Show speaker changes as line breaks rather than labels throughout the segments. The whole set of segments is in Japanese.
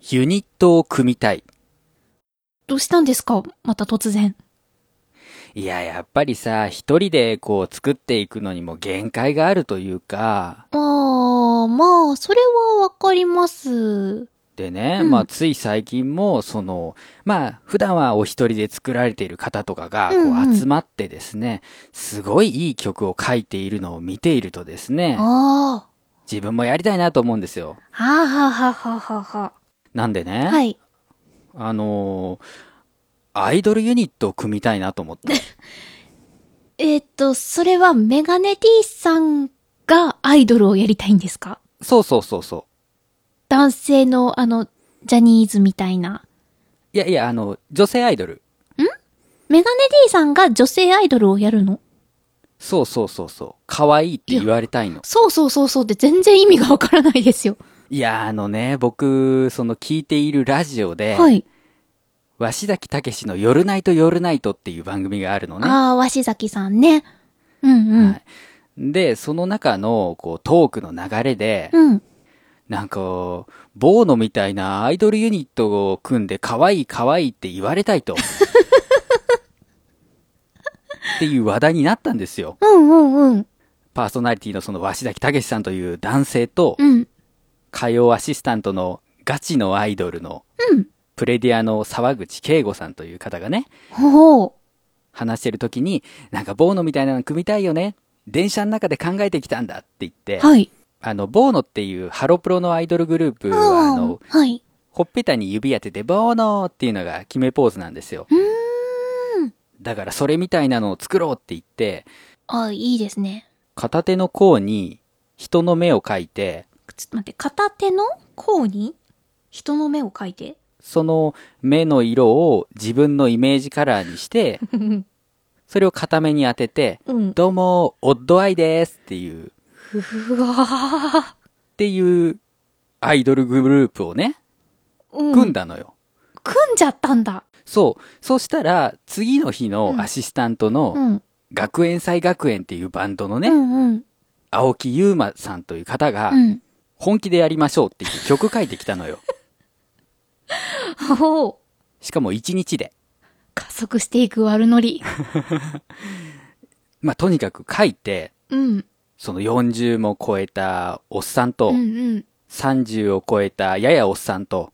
ユニットを組みたい。
どうしたんですかまた突然。
いや、やっぱりさ、一人でこう作っていくのにも限界があるというか、
あー、まあ、それはわかります。
でね、
うん
まあつい最近も、その、まあ普段はお一人で作られている方とかがこ
うん
う
う
ん集まってですね、すごいいい曲を書いているのを見ているとですね、
あー。
自分もやりたいなと思うんですよ。
はあはあはあはあはあは
なんでね、
あ。はい。
あのーアイドルユニットを組みたいなと思 って。
えーっと、それはメガネ D さんがアイドルをやりたいんですか
そうそうそうそう。
男性のあの、ジャニーズみたいな。
いやいや、あの、女性アイドル。
メガネ D さんが女性アイドルをやるの
そうそうそうそう。可愛いって言われたいの。
そうそうそうそうって全然意味がわからないですよ。
いや、あのね、僕、その聞いているラジオで、
はい。
鷲崎武の夜ナイト夜ナイトっていう番組があるのね。
ああ、鷲崎さんね。うんうん。
はいで、その中の、こう、トークの流れで、
うん。
なんか、ボーノみたいなアイドルユニットを組んで可愛い可愛いって言われたい と。っていう話題になったんですよ。
うんうんうん。
パーソナリティのその鷲崎武さんという男性と、
うん。
火曜アシスタントのガチのアイドルの、
うん。
プレディアの沢口慶吾さんという方がね、
ほう。
話してる時に、なんかボーノみたいなの組みたいよね。電車の中で考えてきたんだって言って、
はい。
あの、ボーノっていうハロプロのアイドルグループ
う
は、あの、
はい。
ほっぺたに指当てて、ボーノーっていうのが決めポーズなんですよ。
うーん。
だからそれみたいなのを作ろうって言って、
あ、いいですね。
片手の甲に人の目を描いて、
ちょっと待って、片手の甲に人の目を描 いて。
その目の色を自分のイメージカラーにして、
うん。
それを片目に当てて、
うん。
どうも、オッドアイですっていう、っ
うわ
ていうアイドルグループをね、
ーう
組ん
ん。
だのよ。
組んじゃったんだ。
そう。そしたら、次の日のアシスタント
う
の、
ん。
学園祭学園っていうバンドのね、
うんうん。
青木優馬さんという方が
う、ん。
本気でやりましょうって言って曲書いてきた のよ。
ほう。
しかも1日で。
加速していく悪ノリ。
まあ、とにかく書いて、
うん。
その40も超えたおっさんと、
うんうん。
30を超えたややおっさんと、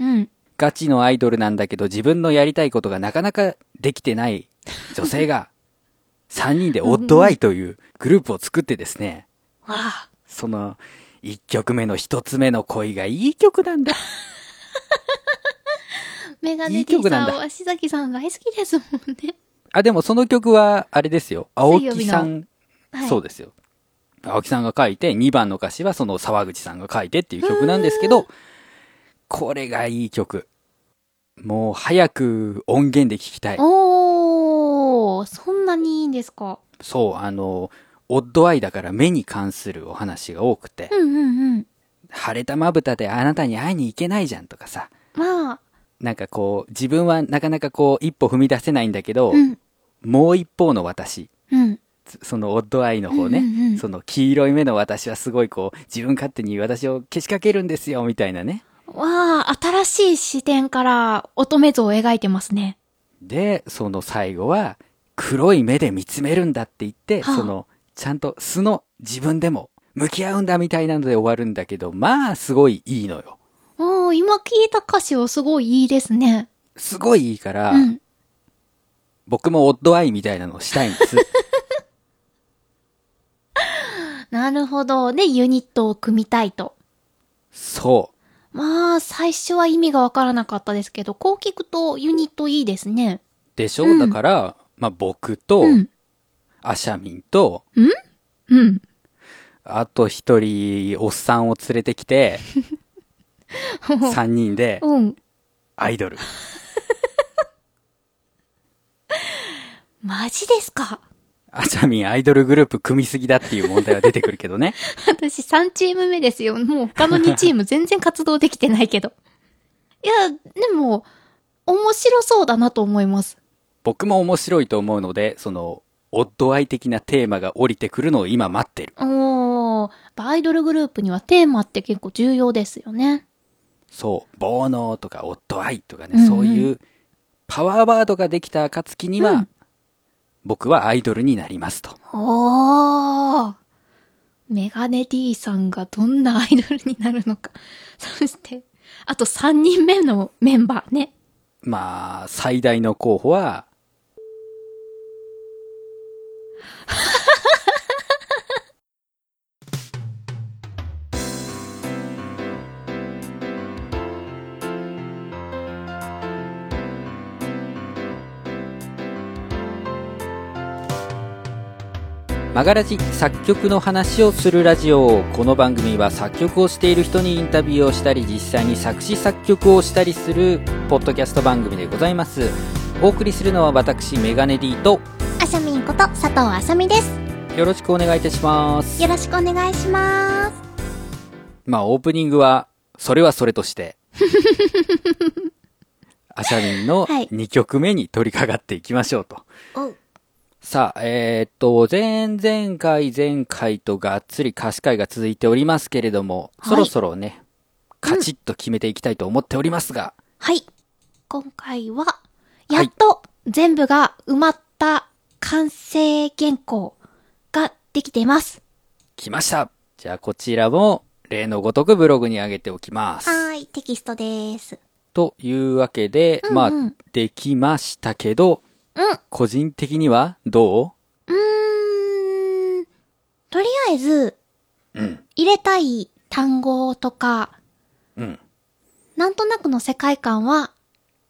うん。
ガチのアイドルなんだけど自分のやりたいことがなかなかできてない女性が、3人でオッドアイというグループを作ってですね、
わあ。
その、1曲目の1つ目の恋がいい曲なんだ。
メガ
い
ネ
い
D
曲なん
さ
だ
んは石崎さん大好きですもんね。
あ、でもその曲は、あれですよ。青木さん、
はい、
そうですよ。青木さんが書いて、2番の歌詞はその沢口さんが書いてっていう曲なんですけど、これがいい曲。もう早く音源で聴きたい。
おー、そんなにいいんですか。
そう、あの、オッドアイだから目に関するお話が多くて、
うんうんうん。
腫れたまぶたであなたに会いに行けないじゃんとかさ、
まあ、
なんかこう、自分はなかなかこう、一歩踏み出せないんだけど、
うん、
もう一方の私、
うん。
つそのオッドアイの方ね、
うんうんうん
その黄色い目の私はすごいこう、自分勝手に私をけしかけるんですよ、みたいなね。
わあ、新しい視点から乙女像を描いてますね。
で、その最後は、黒い目で見つめるんだって言って、
はあ
その、ちゃんと素の自分でも向き合うんだみたいなので終わるんだけど、まあ、すごいいいのよ。
おー、今聞いた歌詞はすごいいいですね。
すごいいいから、
うん。
僕もオッドアイみたいなのをしたいん です。
なるほど。で、ユニットを組みたいと。
そう。
まあ、最初は意味がわからなかったですけど、こう聞くとユニットいいですね。
でしょ、
うん
だから、まあ僕と、
うん。
アシャミンと、
うん。
あと一人、おっさんを連れてき て、三人で、
うん。
アイドル。
マジですか
アシャミンアイドルグループ組みすぎだっていう問題は出てくるけどね。
私3チーム目ですよ。もう他の2チーム全然活動できてないけど。いや、でも、面白そうだなと思います。
僕も面白いと思うので、その、オッドアイ的なテーマが降りてくるのを今待ってる。
おー、アイドルグループにはテーマって結構重要ですよね。
そう、煩悩とか夫愛とかね、
うんうん
そういうパワーワードができた暁には、
うん
僕はアイドルになりますと。
おーメガネ D さんがどんなアイドルになるのか。 そして、あと3人目のメンバーね。
まあ、最大の候補は、マガラジ作曲の話をするラジオこの番組は作曲をしている人にインタビューをしたり実際に作詞作曲をしたりするポッドキャスト番組でございますお送りするのは私メガネ D と
あさみんこと佐藤あさみです。
よろしくお願いいたします
ろしくお願いします。
まあオープニングはそれはそれとして アシャミンの
はい
2曲目に取り掛かっていきましょうと、
おう。
さあ、えーっと、前々回、前回とがっつり貸し会が続いておりますけれども、
はい
そろそろね、カチッと決めていきたいと思っておりますが、
はい。今回は、
い
やっと全部が埋まった完成原稿ができています。
来ましたじゃあこちらも、例のごとくブログに上げておきます。
い、テキストです。
というわけで、
うん
まあ、できましたけど、
うん。
個人的にはど
うーん。とりあえず、
ううん、
入れたい単語とか、
うん。
なんとなくの世界観は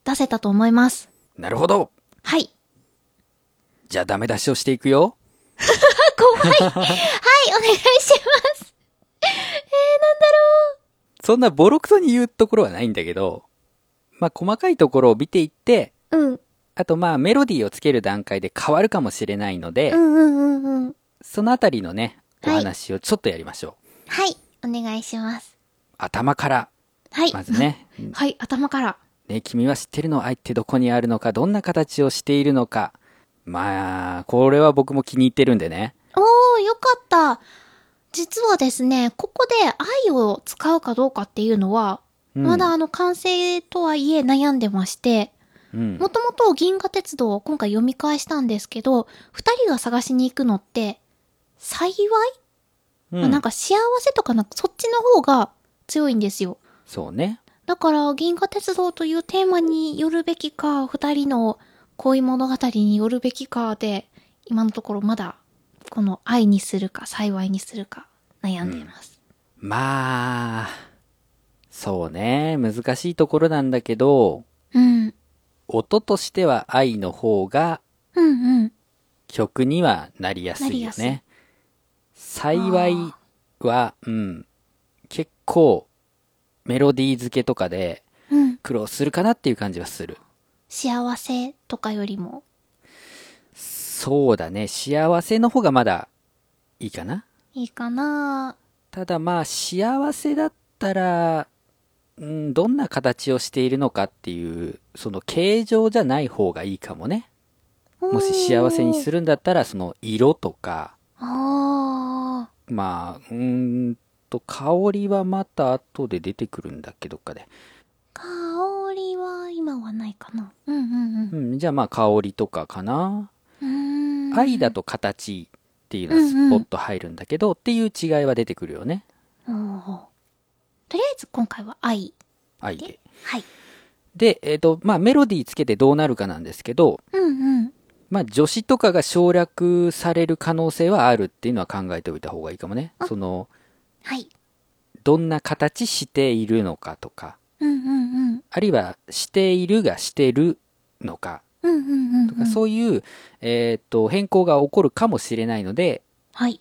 出せたと思います。
なるほど
はい。
じゃあダメ出しをしていくよ。
はい、お願いします。
そんなボロクソに言うところはないんだけど、まあ、細かいところを見ていって、
うん。
あとまあメロディーをつける段階で変わるかもしれないので、
うんうんうんうん。
そのあたりのね、お
はい
話をちょっとやりましょう。
はい、お願いします。
頭から、
はい。
まず。 ね、
はい、頭から。
ね、君は知ってるの愛ってどこにあるのか、どんな形をしているのか。まあ、これは僕も気に入ってるんでね。
おー、よかった。実はですね、ここで愛を使うかどうかっていうのは、
うん
まだあの完成とはいえ悩んでまして、
うん。
もともと銀河鉄道を今回読み返したんですけど、二人が探しに行くのって、幸い、
うん
まあなんか幸せとかなんかそっちの方が強いんですよ。
そうね。
だから銀河鉄道というテーマによるべきか、二人の恋物語によるべきかで、今のところまだこの愛にするか幸いにするか悩んでいます。
まあ、そうね。難しいところなんだけど、
うん。
音としては愛の方が
うんうん。
曲にはなりやすいよ
なりや
ね。幸いは、うん、結構メロディー付けとかで
うん。
苦労するかなっていう感じはする。
幸せとかよりも。
そうだね。幸せの方がまだいいかな。
いいかな
ただまあ幸せだったら、うん、どんな形をしているのかっていう、その形状じゃない方がいいかもね。もし幸せにす
る。
るんだったら、その色とか、
ああ。
まあ、うーんと、香りはまた後で出てくるんだっけ、どっかで。
香りは今はないかな。うんうん
うん、じゃあまあ、香りとかかな。
うん。うーん
愛だと形っていうのはスポッと入るんだけど、っていう違いは出てくるよね。
おーとりあえず今回は愛。
愛で。
はい。
で、えっ、と、まあ、メロディーつけてどうなるかなんですけど、
うんうん。
まあ、助詞とかが省略される可能性はあるっていうのは考えておいた方がいいかもね。その、
はい。
どんな形しているのかとか、
うんうんうん。
あるいは、しているがしてるのか
うんうんうん、
と
う
か、
ん。
そういう、えーっと、変更が起こるかもしれないので、
はい。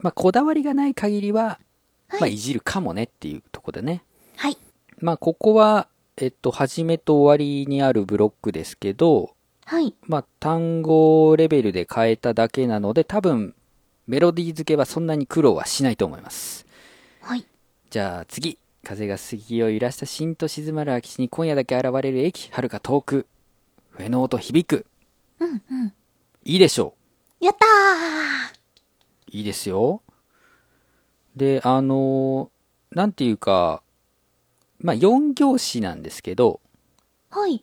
まあ、こだわりがない限りは、
はい
まあ、いじるかもねっていうところでね。
はい。
まあ、ここは、えっと、始めと終わりにあるブロックですけど、
はい。
まあ、単語レベルで変えただけなので、多分、メロディー付けはそんなに苦労はしないと思います。
はい。
じゃあ次。風が杉を揺らしたしんと静まる空き地に今夜だけ現れる駅、遥か遠く。笛の音響く。
うんうん。
いいでしょう。
やったー
いいですよ。で、あのーなんていうか、まあ、4行詞なんですけど、
はい。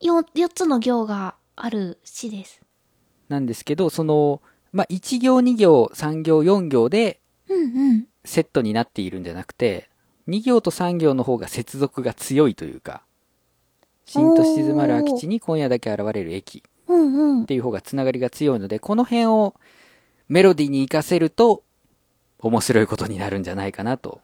よ、四つの行がある詩です。
なんですけど、その、まあ、1行、2行、3行、4行で
うんうん。
セットになっているんじゃなくて、2行と3行の方が接続が強いというか、しんと静まる空き地に今夜だけ現れる駅
うんうん
っ。ていう方がつながりが強いので、この辺をメロディーに活かせると、面白いことになるんじゃないかなと。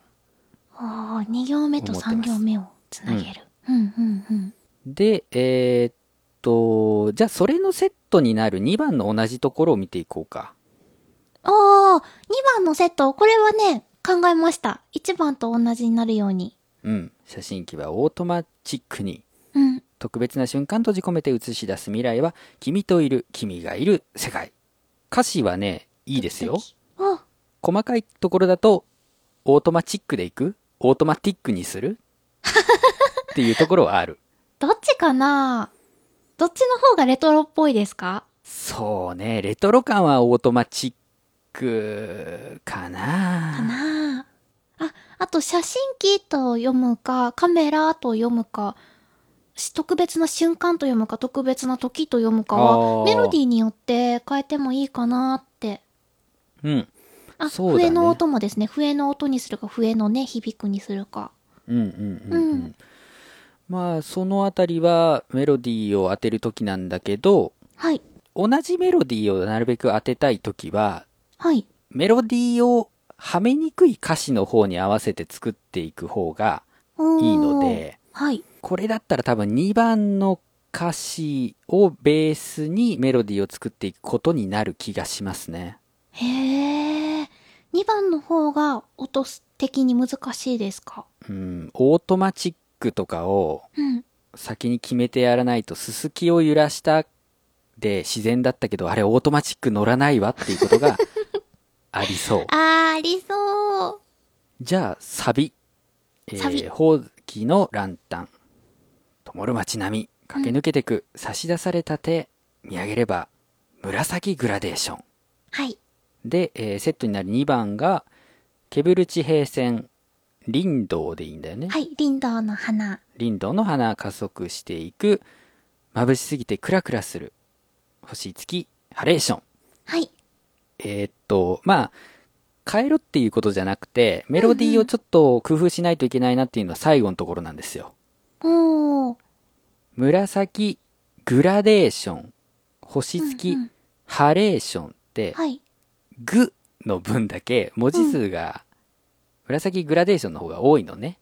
ああ、二行目と
思って
三
ます
行目をつなげる。うんうんうん。
で、えーっと、じゃあそれのセットになる2番の同じところを見ていこうか。
ああ、二番のセット、これはね、考えました。一番と同じになるように。
うん。写真機はオートマチックに
うん。
特別な瞬間閉じ込めて映し出す未来は君といる、君がいる世界。歌詞はね、いいですよ。
あ、
細かいところだと、オートマチックでいくオートマティックにするっていうところはある。
どっちかなどっちの方がレトロっぽいですか
そうね、レトロ感はオートマチックかな。
かなああ、あと写真機と読むか、カメラと読むか、し特別な瞬間と読むか、特別な時と読むか
あ
は、
ー
メロディーによって変えてもいいかなって。
うん。
あ、
そうだね
笛の音もですね、笛の音にするか、笛のね、響くにするか。
うんうんうん、うん
うん
まあそのあたりはメロディーを当てる時なんだけど
はい、
同じメロディーをなるべく当てたい時は
はい。
メロディーをはめにくい歌詞の方に合わせて作っていく方が
おー
いいの。で
はい。
これだったら多分2番の歌詞をベースにメロディーを作っていくことになる気がしますね。
へえ。2番の方が音的に難しいですか
うん、オートマチックとかを
うん。
先に決めてやらないと、すすきを揺らしたで自然だったけど、あれオートマチック乗らないわっていうこと がありそう。
あー、ありそう。
じゃあ、サビ。え
サビ
ー、ほうきのランタン。ともる街並み。駆け抜けてく。差し出された手。見上げれば、紫グラデーション。
はい。
で、えーセットになる2番が、ケブル地平線。林道でいいんだよね。
はい、リンドウの花。
林道の花加速していく眩しすぎてクラクラする星付きハレーション
はい。
えーっとまあ変えろっていうことじゃなくてメロディーをちょっと工夫しないといけないなっていうのは最後のところなんですよ
おー。
紫グラデーション星付き
うんうん
ハレーションって
はい。
「グ」の分だけ文字数が紫グラデーションの方が多いのね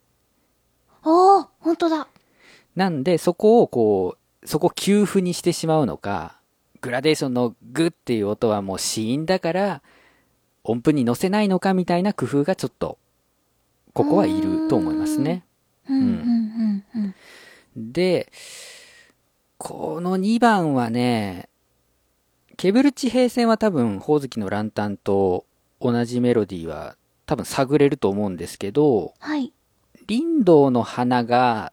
おー、ほんとだ。
なんで、そこをこう、そこを休符にしてしまうのか、グラデーションのグっていう音はもう子音だから、音符に乗せないのかみたいな工夫がちょっと、ここはいると思いますね。
うん、うん、うん、うん。
で、この2番はね、ケブル地平線は多分、ほおずきのランタンと同じメロディーは多分探れると思うんですけど、
はい。
林道の花が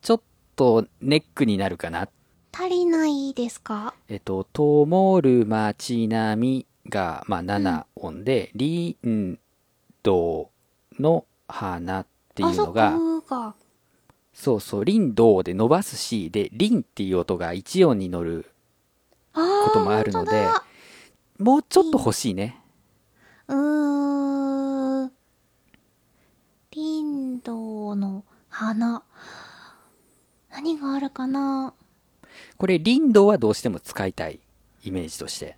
ちょっとネックになるかなっ
足りないですか
えっと、ともる街並みが、まあ、7音で、り、ん、どうの花っていうの
あ
が、
そこが。
そうそう、りんどうで伸ばすし、で、りんっていう音が1音に乗る。
あー、
こともあるので
ほんとだ
もうちょっと欲しいね。
うーん。リンドウの花。何があるかな
これ、りんどうはどうしても使いたい。イメージとして。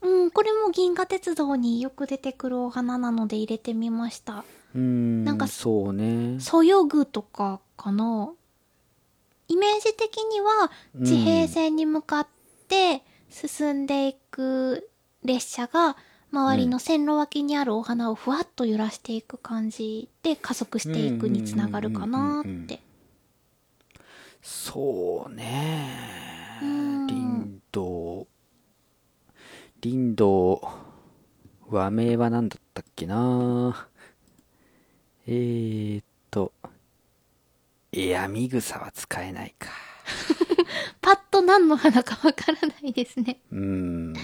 うん、これも銀河鉄道によく出てくるお花なので入れてみました。
うーん、
なんか
そうね。
そよぐとかかなイメージ的には
うん
地平線に向かって進んでいく列車が周りの線路脇にあるお花をふわっと揺らしていく感じで加速していくにつながるかな
うんうんうんうんうんうん
って。
そうね。
うん
林道。林道。和名は何だったっけなえーっと。エアミグサは使えないか。
パッと何の花かわからないですね。
うん。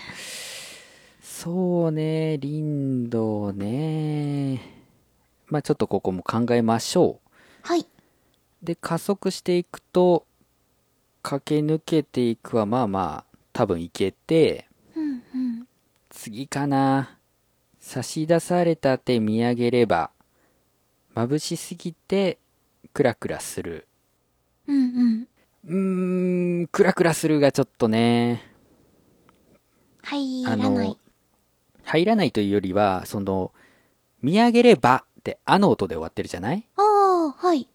そうね、林道ね。まあちょっとここも考えましょう。
はい。
で加速していくと駆け抜けていくはまあまあ多分いけて
うんうん。
次かな差し出された手見上げれば眩しすぎてクラクラする
うんうん。
うーんクラクラするがちょっとね
入
あ
らない
の。入らないというよりはその見上げればってあの音で終わってるじゃない
ああー、はい。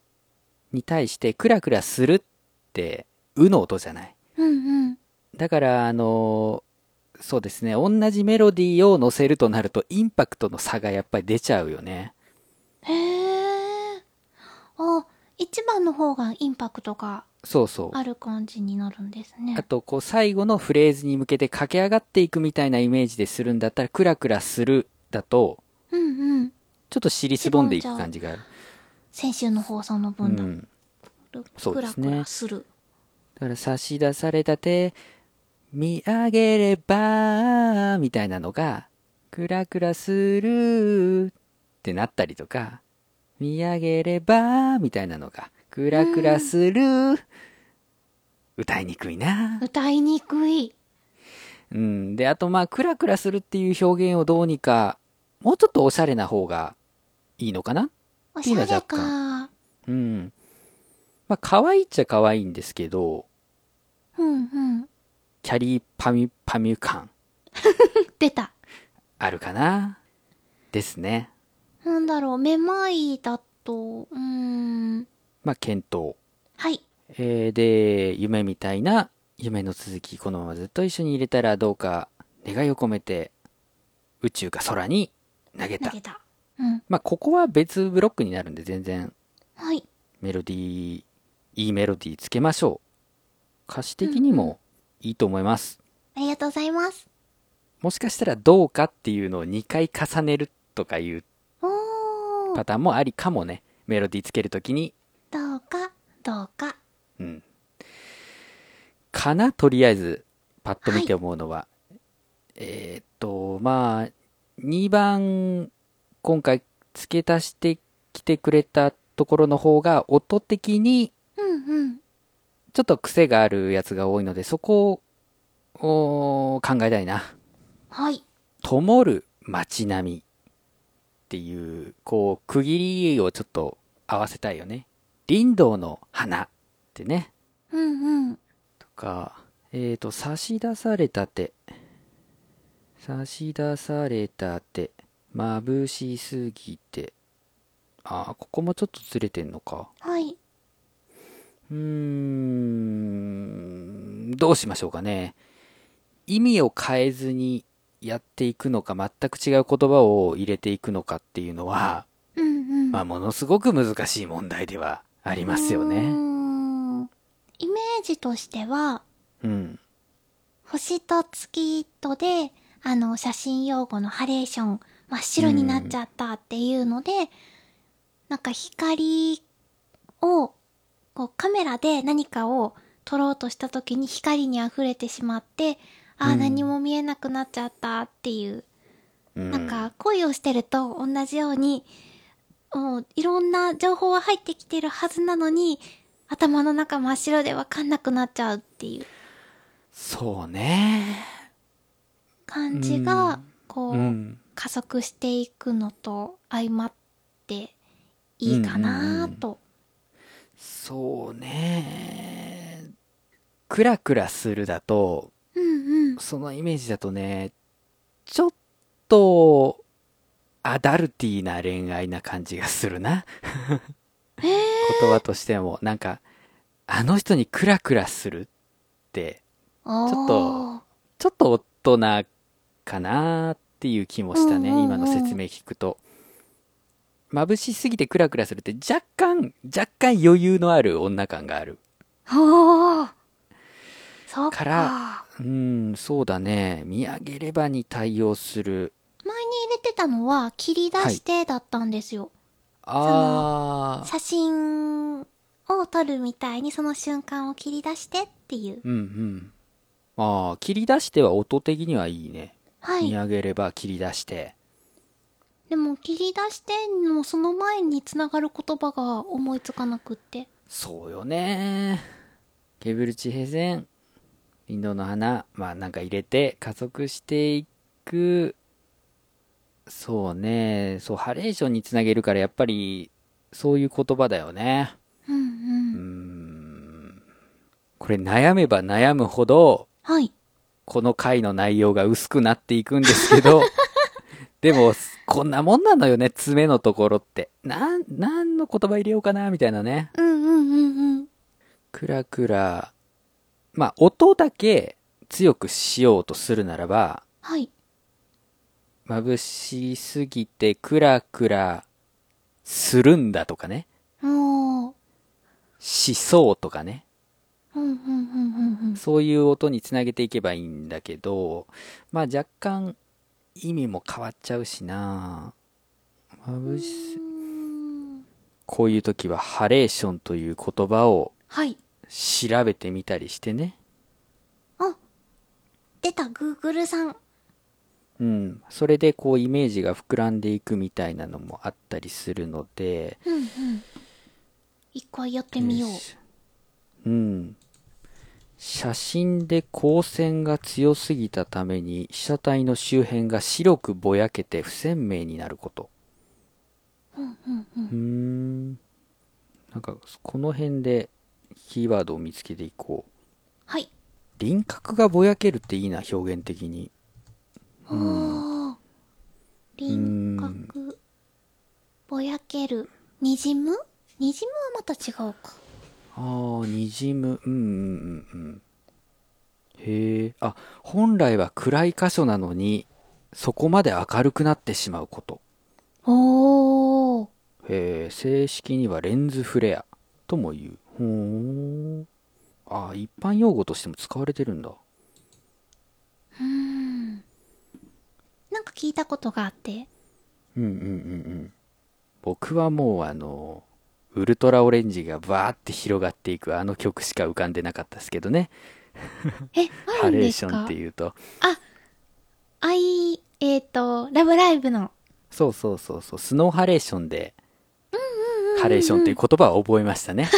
に対してクラクラするってうの音じゃない
うんうん。
だからあのそうですね同じメロディーを乗せるとなるとインパクトの差がやっぱり出ちゃうよね
へえ。あ、一番の方がインパクトが
そうそう
ある感じになるんですね
あ。とこう最後のフレーズに向けて駆け上がっていくみたいなイメージでするんだったらクラクラするだと
うんうん。
ちょっと尻すぼんでいく感じがある
先週の放送の
う
分だ。
んそう
ク
で
ラ
すね
クラする。
だから差し出された手見上げればみたいなのがクラクラするってなったりとか見上げればみたいなのがクラクラする歌いにくいな
歌いにくい。
うんであとまあクラクラするっていう表現をどうにかもうちょっとおしゃれな方がいいのかな
お
てい
し
うの
ゃ
は
れ
若
か。
うんまあ可愛いっちゃ可愛いんですけど
うんうん。
キャリーパミュパミュ感
出た。
あるかなですね。
なんだろう、めまいだと、うーん。
まあ、検討。
はい。
えーで、夢みたいな、夢の続き、このままずっと一緒に入れたらどうか、願いを込めて、宇宙か空に投げ
投
た。
げた。うん。
まあ、ここは別ブロックになるんで、全然
はい。
メロディー、いいメロディーつけましょう。歌詞的にもいいと思います。
ありがとうございます。
もしかしたらどうかっていうのを2回重ねるとかいう
おー。
パターンもありかもね。メロディーつけるときに
どうか、どうか。
うん。かなとりあえず、パッと見て思うのは。えーっと、まあ、2番、今回付け足してきてくれたところの方が、音的に
うんうん。
ちょっと癖があるやつが多いので、そこをおー考えたいな。
はい。
灯る街並みっていう、こう、区切りをちょっと合わせたいよね。林道の花ってね。
うんうん。
か、えー、と、差し出された手。差し出された手。眩しすぎて。あー、ここもちょっとずれてんのか。
はい。
うーん、どうしましょうかね。意味を変えずにやっていくのか、全く違う言葉を入れていくのかっていうのは、
うんうん。
まあ、ものすごく難しい問題ではありますよ
うー
ね。
んイメージとしては、
うん。
星と月とで、あの、写真用語のハレーション、真っ白になっちゃったっていうので、なんか光を、こうカメラで何かを撮ろうとした時に光に溢れてしまって、あ
う
あ、
ん
何も見えなくなっちゃったっていう
う
なんか恋をしてると同じように、もういろんな情報は入ってきてるはずなのに、頭の中真っ白でわかんなくなっちゃうっていう
そうね。
感じが、こ
う
う、
ん。
加速していくのと相まっていいかなと。
そうね。クラクラするだと、
うんうん。
そのイメージだとね、ちょっと、アダルティーな恋愛な感じがするな。
えー、
言葉としても、なんか、あの人にクラクラするって、
ち
ょっと。ちょっと大人かなっていう気もしたね、
うんうんうん
今の説明聞くと。眩しすぎてクラクラするって若干、若干余裕のある女感がある。
ほー。そっか。
からうん、そうだね。見上げればに対応する。
前に入れてたのは切り出してだったんですよ。
ああ。
写真を撮るみたいにその瞬間を切り出してっていう。
うんうん。ああ、切り出しては音的にはいいね。
は
見
い。
上げれば切り出して。
でも切り出してのその前につながる言葉が思いつかなくって。
そうよね。ケーブル地平線、林道の花、まあなんか入れて加速していく。そうね。そう、ハレーションにつなげるからやっぱり、そういう言葉だよね。
うんう
うー
ん。
ん。これ悩めば悩むほど、
はい。
この回の内容が薄くなっていくんですけど、でも、こんなもんなのよね、爪のところって。なん、なんの言葉入れようかな、みたいなね。
うんうんうんうん。
クラクラ。まあ、音だけ強くしようとするならば、
はい。
眩しすぎてクラクラするんだとかね。
もう。
しそうとかね。
うんうんうんうんうん。
そういう音につなげていけばいいんだけど、まあ若干意味も変わっちゃうしな眩しす
うん
こういう時はハレーションという言葉を
はい。
調べてみたりしてね。
あ、出た、グーグルさん。
うん。それでこうイメージが膨らんでいくみたいなのもあったりするので、
うんうん。一回やってみよう
よ。しうん。写真で光線が強すぎたために被写体の周辺が白くぼやけて不鮮明になること。うんなんか、この辺でキーワードを見つけていこう。
はい。
輪郭がぼやけるっていいな、表現的に。
おー。輪郭。ぼやける。にじむにじむはまた違うか。
ああ、にじむ。うんうんうんうん。へえ。あ、本来は暗い箇所なのに、そこまで明るくなってしまうこと。
おー。
へえ、正式にはレンズフレアとも言う。ほーん。ああ、一般用語としても使われてるんだ。
なんか聞いたことがあって。
うんうんうんうん。僕はもうあの、ウルトラオレンジがバーって広がっていくあの曲しか浮かんでなかったですけどね。
え、あ
ハ
るん
レー
です
ション
か
っていうと。
あい、えっ、と、ラブライブの。
そうそうそうそう、スノーハレーションで、ハレーションっていう言葉を覚えましたね。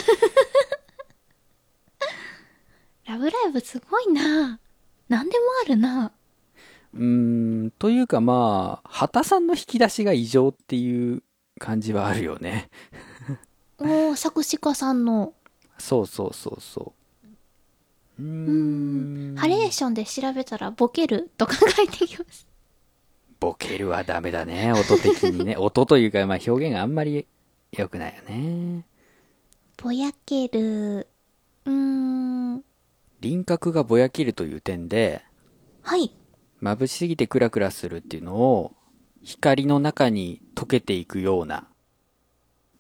ラブライブすごいな何でもあるな
うーん、というかまあ、畑さんの引き出しが異常っていう感じはあるよね。
おー、作詞家さんの。
そうそうそうそう。うーん。
ハレーションで調べたらボケると考えて きます。
ボケるはダメだね、音的に ね。音というか、まあ表現があんまり良くないよね。
ぼやける。うーん。
輪郭がぼやけるという点で、
はい。
眩しすぎてクラクラするっていうのを、光の中に溶けていくような、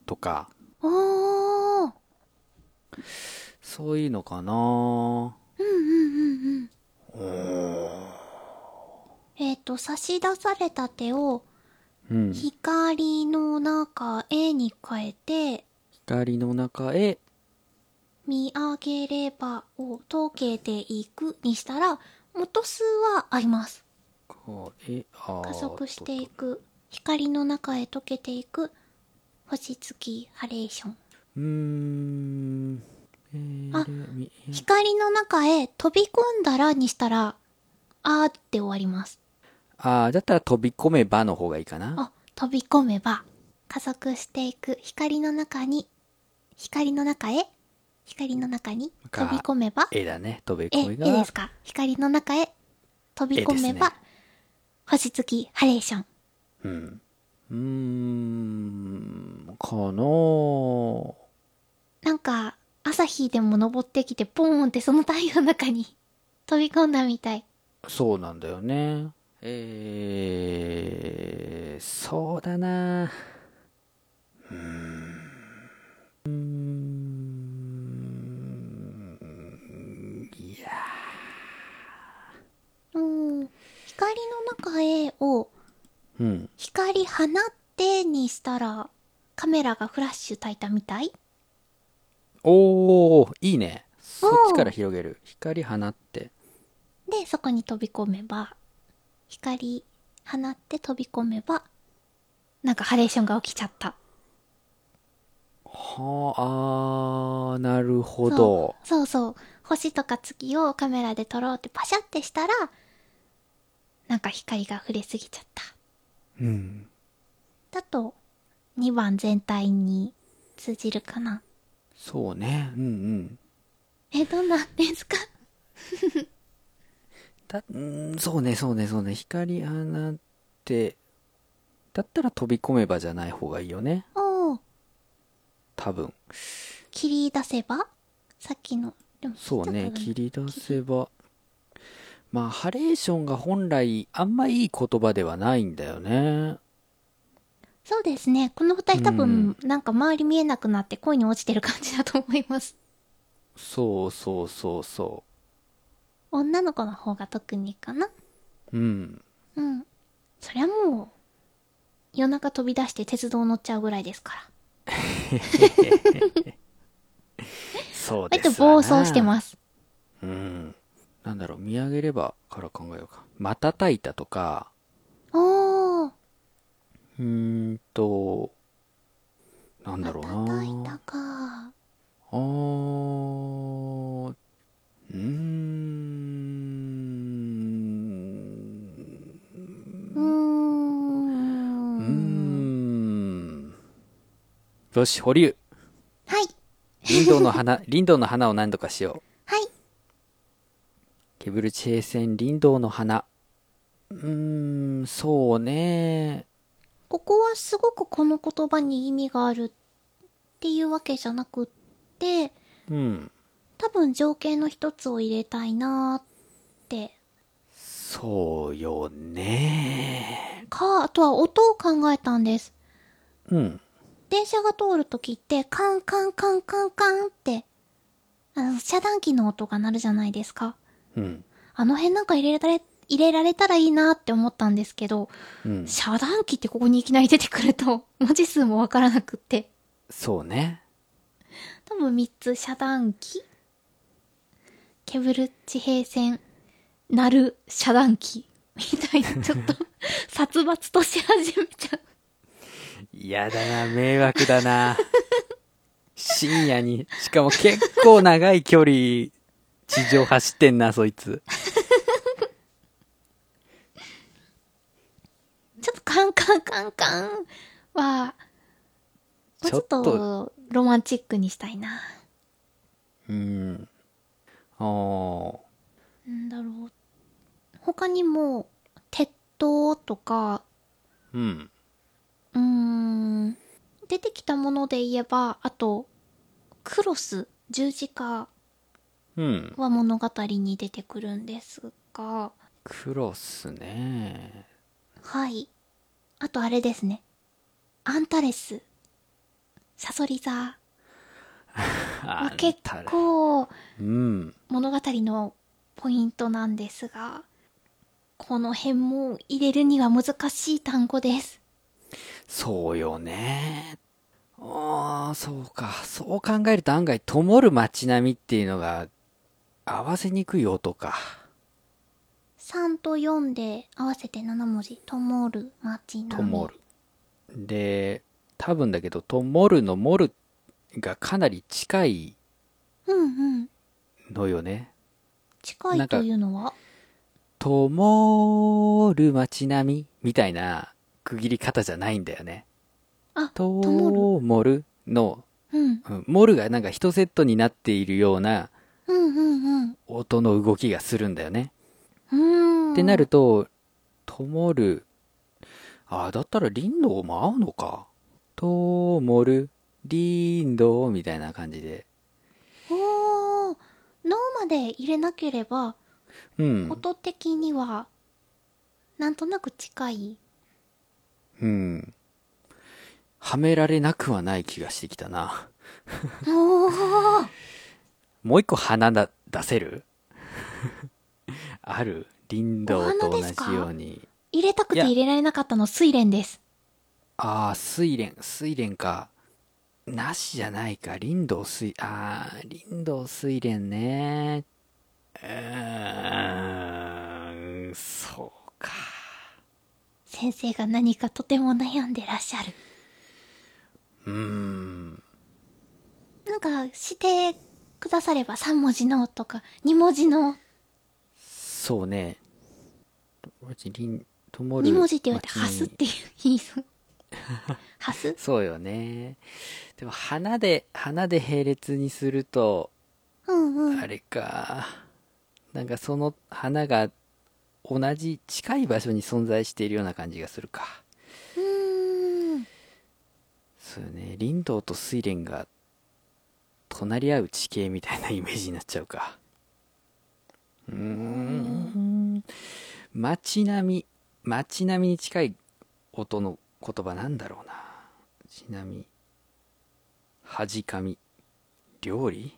とか、
おー。
そういうのかな
えっ、と、差し出された手を
うん。
光の中へに変えて、
光の中へ、
見上げればを溶けていくにしたら、元数は合います。
こうえ、あー
加速していく。光の中へ溶けていく。星付きハレーション。
うーん。えー
あ
み
光の中へ飛び込んだらにしたら、あーって終わります。
あーだったら飛び込めばの方がいいかな。
あ、飛び込めば、加速していく光の中に、光の中へ、光の中に
か
飛び込めば、
絵だね。飛び
え、
込
え
めが。
ですか光の中へ飛び込
絵です
めば、
ね
星付きハレーション。
うん。うーん。かなー
なんか、朝日でも登ってきて、ポーンってその太陽の中に 飛び込んだみたい。
そうなんだよね。えー、そうだな
うん。光の中へを
うん。
光放ってにしたら、カメラがフラッシュ焚いたみたい
おー、いいね。そっちから広げる。光放って。
で、そこに飛び込めば、光放って飛び込めば、なんかハレーションが起きちゃった。
あはあ、あーなるほど。
そうそう。星とか月をカメラで撮ろうってパシャってしたら、なんか光が触れすぎちゃった。
うん。
だと、2番全体に通じるかな。
そうね。うんうん。
え、どんなんです か
だ、うん、そうね、そうね、そうね。光穴って、だったら飛び込めばじゃない方がいいよね。
おー
多分。
切り出せばさっきの。でも
そう
ちょ
ね
っ。と
切り出せば。まあ、ハレーションが本来、あんまいい言葉ではないんだよね。
そうですね。この二人多分、なんか周り見えなくなって恋に落ちてる感じだと思います。
そうそうそうそ
女の子の方が特にかな。
う。うん。
うん。そりゃもう、夜中飛び出して鉄道乗っちゃうぐらいですから。
そう
え
で
っ
す
と、暴走して
す。
ます。
うん。なんだろう、見上げればから考えようか。瞬いたとか、
おー。
うーんと、なんだろうな。
叩いたか。
あー、うーん、
うーん。
うーん。よし、保留。
はい。
林道の花、林道の花を何度かしよう。
はい。
ケブルチェーセン林道の花。うーん、そうね。
ここはすごくこの言葉に意味があるっていうわけじゃなくって、
うん。
多分情景の一つを入れたいなーって。
そうよね。
か、あとは音を考えたんです。
うん。
電車が通るときって、カンカンカンカンカンって、あの、遮断機の音が鳴るじゃないですか。
うん。
あの辺なんか入れられ、入れられたらいいなって思ったんですけど、
うん。
遮断機ってここにいきなり出てくると、 文字数もわからなくって。
そうね。
多分3つ、遮断機、ケブル地平線、鳴る遮断機、みたいな、ちょ っと、殺伐とし始めちゃう。
嫌だな、迷惑だな。深夜に、しかも結構長い距離、地上走ってんな、そいつ。
ちょっとカンカンカンカンは、もうちょっ
ちょっ
とロマンチックにしたいな。
うん。あー
なんだろう。他にも、鉄塔とか、
うん。
うーん、出てきたもので言えば、あと、クロス、十字架
うん。
は物語に出てくるんですが、
クロスね。
はい。あとあれですね。アンタレス、サソリ座
あ
は結
んたら
構、
うん。
物語のポイントなんですが、この辺も入れるには難しい単語です。
そうよね。ああ、そうか。そう考えると案外、灯る街並みっていうのが、合わせにくい音か。
3と4で合わせて7文字。ともる、まちなみ。
灯る。で、多分だけど、灯るのもるがかなり近い
うんうん。
のよね。
近いというのは
灯る街並みみたいな区切り方じゃないんだよね。
あ、灯
灯るの、
うん。
うん、もるがなんか一セットになっているような
うんうん
音の動きがするんだよね。
うん。うーん。
ってなる。と、ともる。ああ、だったら林道も合うのか。ともる、林道みたいな感じで。
おー。脳まで入れなければ、
うん。
音的には、なんとなく近い。
うん。はめられなくはない気がしてきたな。
おー。
もう一個花だ、出せる ある林道と同
お花
じ
ですか
ように。
入れたくて入れられなかったの、睡蓮です。
ああ、睡蓮、睡蓮か。なしじゃないか。林道睡、ああ、林道睡蓮ね。うーん、そうか。
先生が何かとても悩んでらっしゃる。
うーん。
なんかしてくだされば3文字のとか2文字の
そうね。りんともる
2文字って言われて
ま
ハ
き
スって 言いそう。ハス
そうよね。でも、花で、花で並列にすると、
うんうん。
あれか。なんかその花が同じ近い場所に存在しているような感じがするか。
うーん。
そうよね。林道と水蓮が隣り合う地形みたいなイメージになっちゃうか。うーん。街並み、街並みに近い音の言葉なんだろうな。ちなみ、はじかみ、料理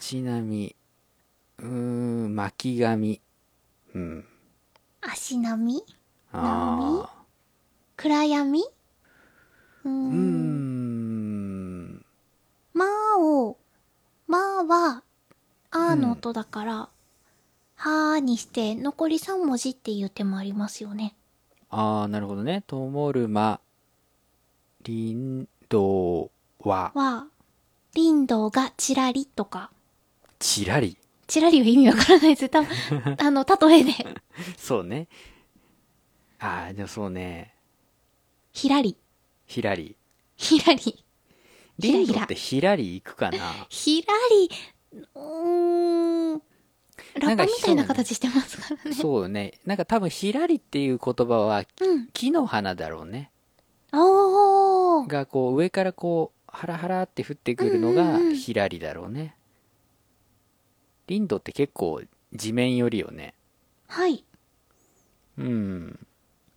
街並み、うーん、巻き髪、うん。
足並み
ああ。
暗闇う
う
ー。
んん。
まあを、まあは、あーの音だから、はーにして、残り3文字っていう手もありますよね。
ああ、なるほどね。ともるま、りんどうは、
は、林道がちらりとか、
ちらり。
ちらりは意味わからないです。たあの、例えで、
そうね。ああ、でもそうね。
ひらり、
ひらり。
ひらり、ひら
りん
ひ
ど
ら
ってひらり行くか な
ひらり、うーん、
な
ラッ
んか
パみた
そ
いな
うだね
形してますからね。
そうね。なんか多分ひらりっていう言葉は、
うん。
木の花だろうね。
おー、
が、こう、上からこう、ハラハラって降ってくるの
うん
が
うんうん
ひらりだろうね。りんどって結構地面よりよね。
はい。
うん。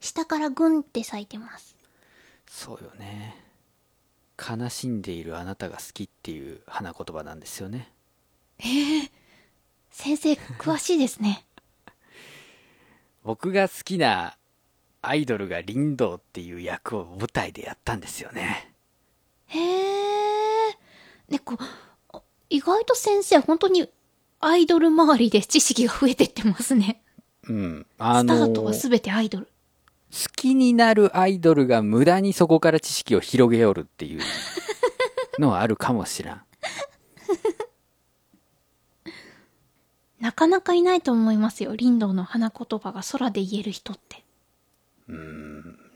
下からぐんって咲いてます。
そうよね悲しんでいるあなたが好きっていう花言葉なんですよね
先生、詳しいですね。
僕が好きなアイドルが林道っていう役を舞台でやったんですよね
へえ。ね、こう、意外と先生、本当にアイドル周りで知識が増えてってますね。
うんあ
スタ
の
ートは
好
全てアイドル。
きになるアイドルが無駄にそこから知識を広げよるっていうのはあるかもしらん
なかなかいないと思いますよ。林道の花言葉が空で言える人って。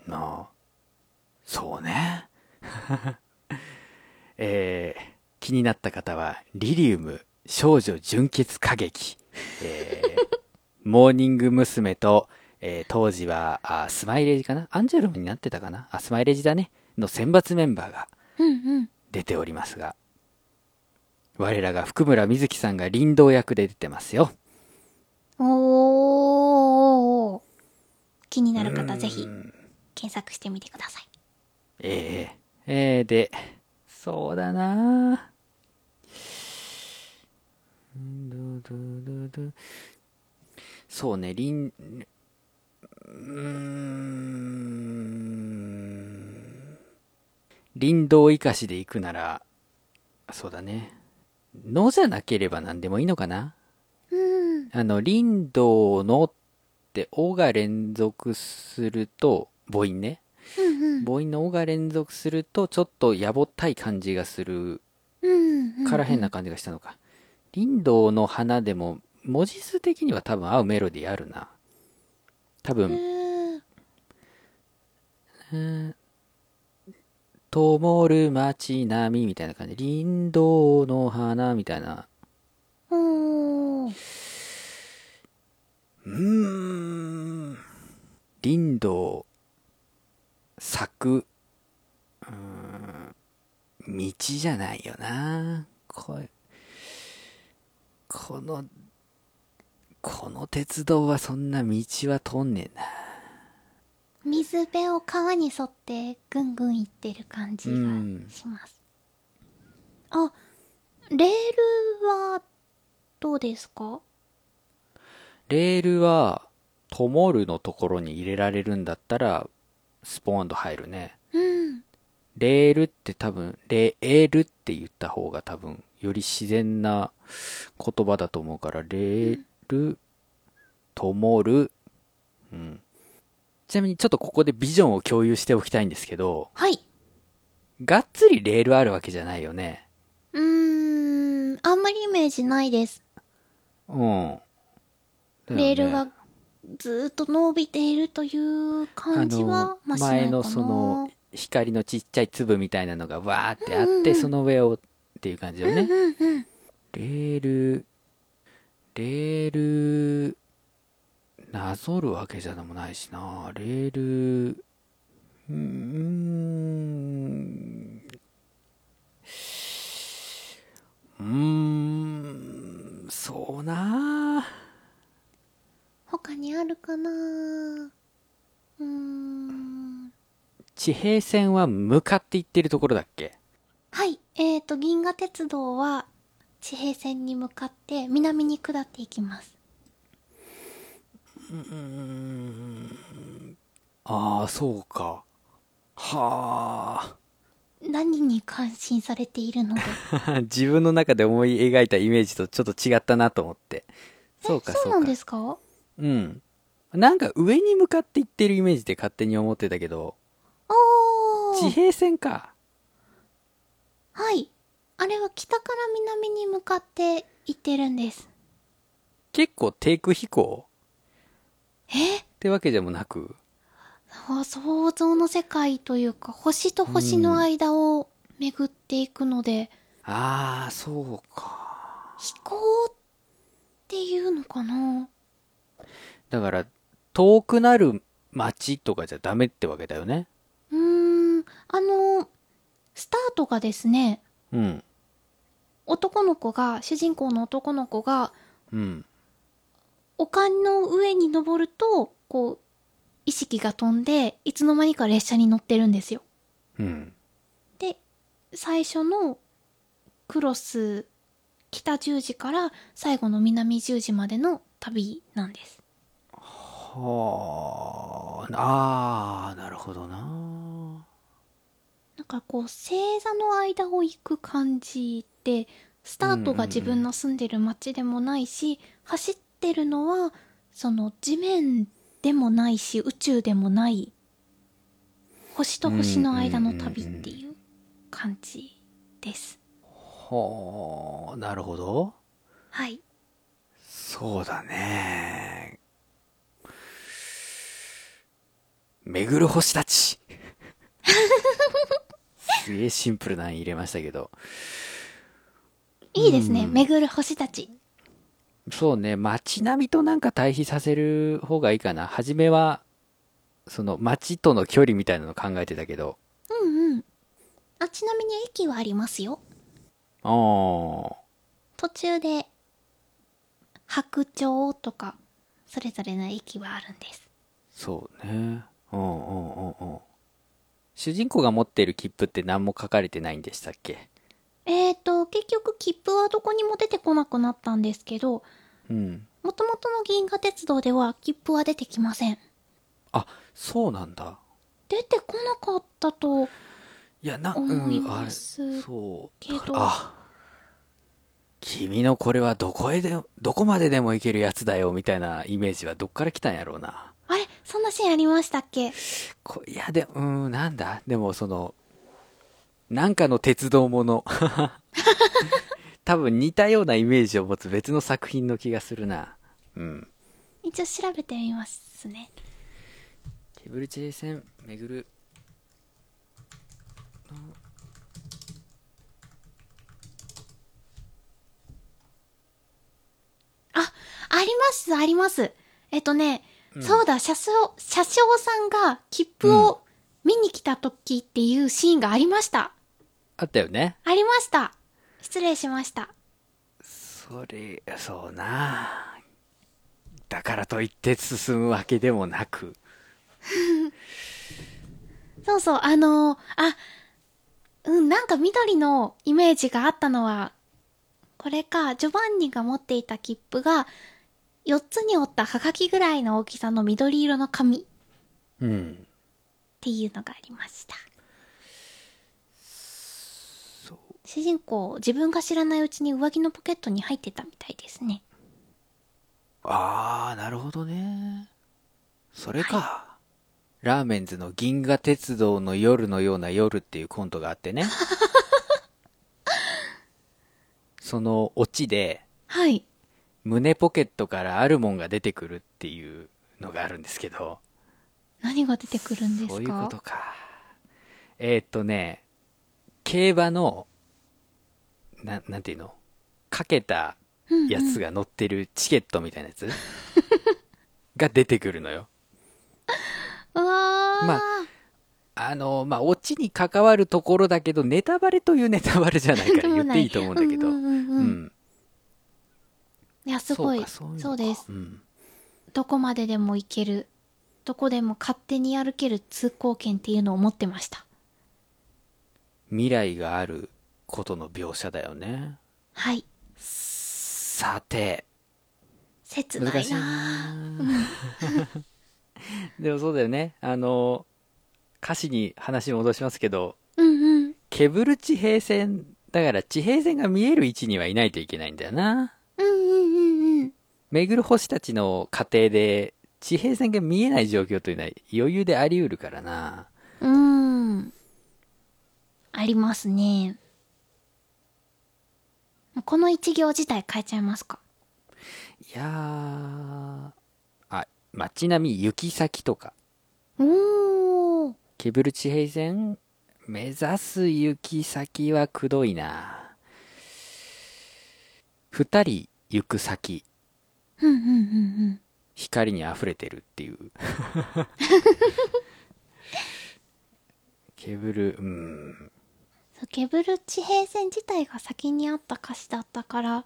なあそうね えー気になった方は「リリウム少女純血歌劇」えーモーニング娘。と、えー当時はあスマイレージかなアンジェルムになってたかなあスマイレージだねの選抜メンバーが
うんうん。
出ておりますが我らが福村瑞希さんが林道役で出てますよ
おー。気になる方、ぜひ
うん
検索してみてください。
ええええで、そうだなうんどどどどそうね、りん、うーん、林道生かしで行くなら、そうだね。のじゃなければ何でもいいのかな
うん。
あの、林道のって、おが連続すると、母音ね。
うんうん。
母音の「お」が連続するとちょっとやぼったい感じがする
うんうん。
から変な。感じがしたのか、林道の花でも文字数的には多分合うメロディーあるな多
う
分
ん。
「うん灯る街並み」みたいな感じ林道の花みたいな
おー。
うーん林道咲くうーん道じゃないよなこれこのこの鉄道はそんな道は通んねえな
水辺を川に沿ってぐんぐん行ってる感じがします、あレールはどうですか
レールはトモルのところに入れられるんだったらスポーンと入るね
うん
レールって多分、レールって言った方が多分、より自然な言葉だと思うから、レール、ともる、うん。ちなみにちょっとここでビジョンを共有しておきたいんですけど、
はい
がっつりレールあるわけじゃないよね。
うーん、あんまりイメージないです。
うん。だよね
レールがずーっと伸びているという感じは、まあ、しない
前
かな。
のその、光のちっちゃい粒みたいなのがわーってあって、その上をっていう感じだよね、
うんうん。
レールレールなぞるわけじゃでもないしなレールうーんうーんそうな
他にあるかなうーん。
地平線は向かっていってるところだっけ
はい。えっ、ー、と、銀河鉄道は地平線に向かって南に下っていきます。
ああそうかはあ
何に感心されているので。
自分の中で思い描いたイメージとちょっと違ったなと思って。そうか、
えそう
そう
な
んか
で。すか
うん。なんか上に向かっていってるイメージで勝手に思ってたけど、
お
地
ー
平線か。
はい。あれは北から南に向かって行ってるんです。
結構低空飛行
え
ってわけでもなく、
あ想像の世界というか、星と星の間を巡っていくので、
ああ、そうか。
飛行っていうのかな
だから、遠くなる街とかじゃダメってわけだよね。
うーん、あの、スタートがですね、
うん。
男の子が、主人公の男の子が、
うん。
丘の上に登ると、こう、意識が飛んで、いつの間にか列車に乗ってるんですよ。
うん。
で、最初のクロス、北十字から最後の南十字までの旅なんです。
はあ、ああ、なるほどな。
なんかこう、星座の間を行く感じで、スタートが自分の住んでる街でもないし、走ってるのは、その地面でもないし、宇宙でもない、星と星の間の旅っていう感じです。
はあ、なるほど。
はい。
そうだね。巡る星た ち。すげえシンプルなの入れましたけど。
いいですね。巡る星たち。
そうね、街並みとなんか対比させる方がいいかな。初めは、その街との距離みたいなの考えてたけど。
うんうん。あ、ちなみに駅はありますよ。
ああ、
途中で、白鳥とか、それぞれの駅はあるんです。
そうね。うんうんうんうん。主人公が持っている切符って何も書かれてないんでしたっけ
えーと、結局切符はどこにも出てこなくなったんですけど、
うん。
もともとの銀河鉄道では切符は出てきません。
あ、そうなんだ。
出てこなかったと、
いや、な、
思い
うん、あれ、
ます
そう。
けど
だからあ、君のこれはどこへで、どこまででも行けるやつだよ、みたいなイメージはどっから来たんやろうな。
あれそんなシーンありましたっけ
こいや、で、うん、なんだでも、その、なんかの鉄道もの。 多分似たようなイメージを持つ別の作品の気がするな。うん。
一応調べてみますね。
ケブルチェイ線巡る
あります、あります。えっとね、そうだ、車掌、車掌さんが切符を見に来た時っていうシーンがありました。
あったよね
ありました。失礼しました。
それそうなだからといって進むわけでもなく
そうそう、あのーあ、うん、なんか緑のイメージがあったのは、これか、ジョバンニが持っていた切符が、4つに折ったはがきぐらいの大きさの緑色の紙っ
うん
ていうのがありました。
そう
主人公、自分が知らないうちに上着のポケットに入ってたみたいですね。
ああなるほどねそれか、ラーメンズの銀河鉄道の夜のような夜っていうコントがあっ てね。そのオチで、
はい。
胸ポケットからあるもんが出てくるっていうのがあるんですけど。
何が出てくるんですか
そういうことか。えーっとね、競馬の、な、なんていうのかけた
うんうん
やつが乗ってるチケットみたいなや つが出てくるのよ。
うわー、
まああの、まあ、オチに関わるところだけど、ネタバレというネタバレじゃない から
でも
言っ
な
ていいと思うんだけど。
うんうん
う
うんうん
ん。
いや、すごい。
か
そう
いのか
です。
うん。
どこまででも行ける。どこでも勝手に歩ける通行券っていうのを持ってました。
未来があることの描写だよね。
はい。
さて、
切な
難
い
しい
な
なぁ でもそうだよね。あの、歌詞に話戻しますけど、
うんうん。
ケブル地平線、だから地平線が見える位置にはいないといけないんだよな。
うんうんうんうん。
めぐる星たちの過程で地平線が見えない状況というのは余裕であり得るからな。
うーん。ありますね。この一行自体変えちゃいますか
いやー、あ、街並み行き先とか、
おー。
ケブル地平線、目指す行き先はくどいな。二人行く先、
うんうんうん
光に溢れてるっていう。ケブル、うん。
うん。ケブル地平線自体が先にあった歌詞だったから、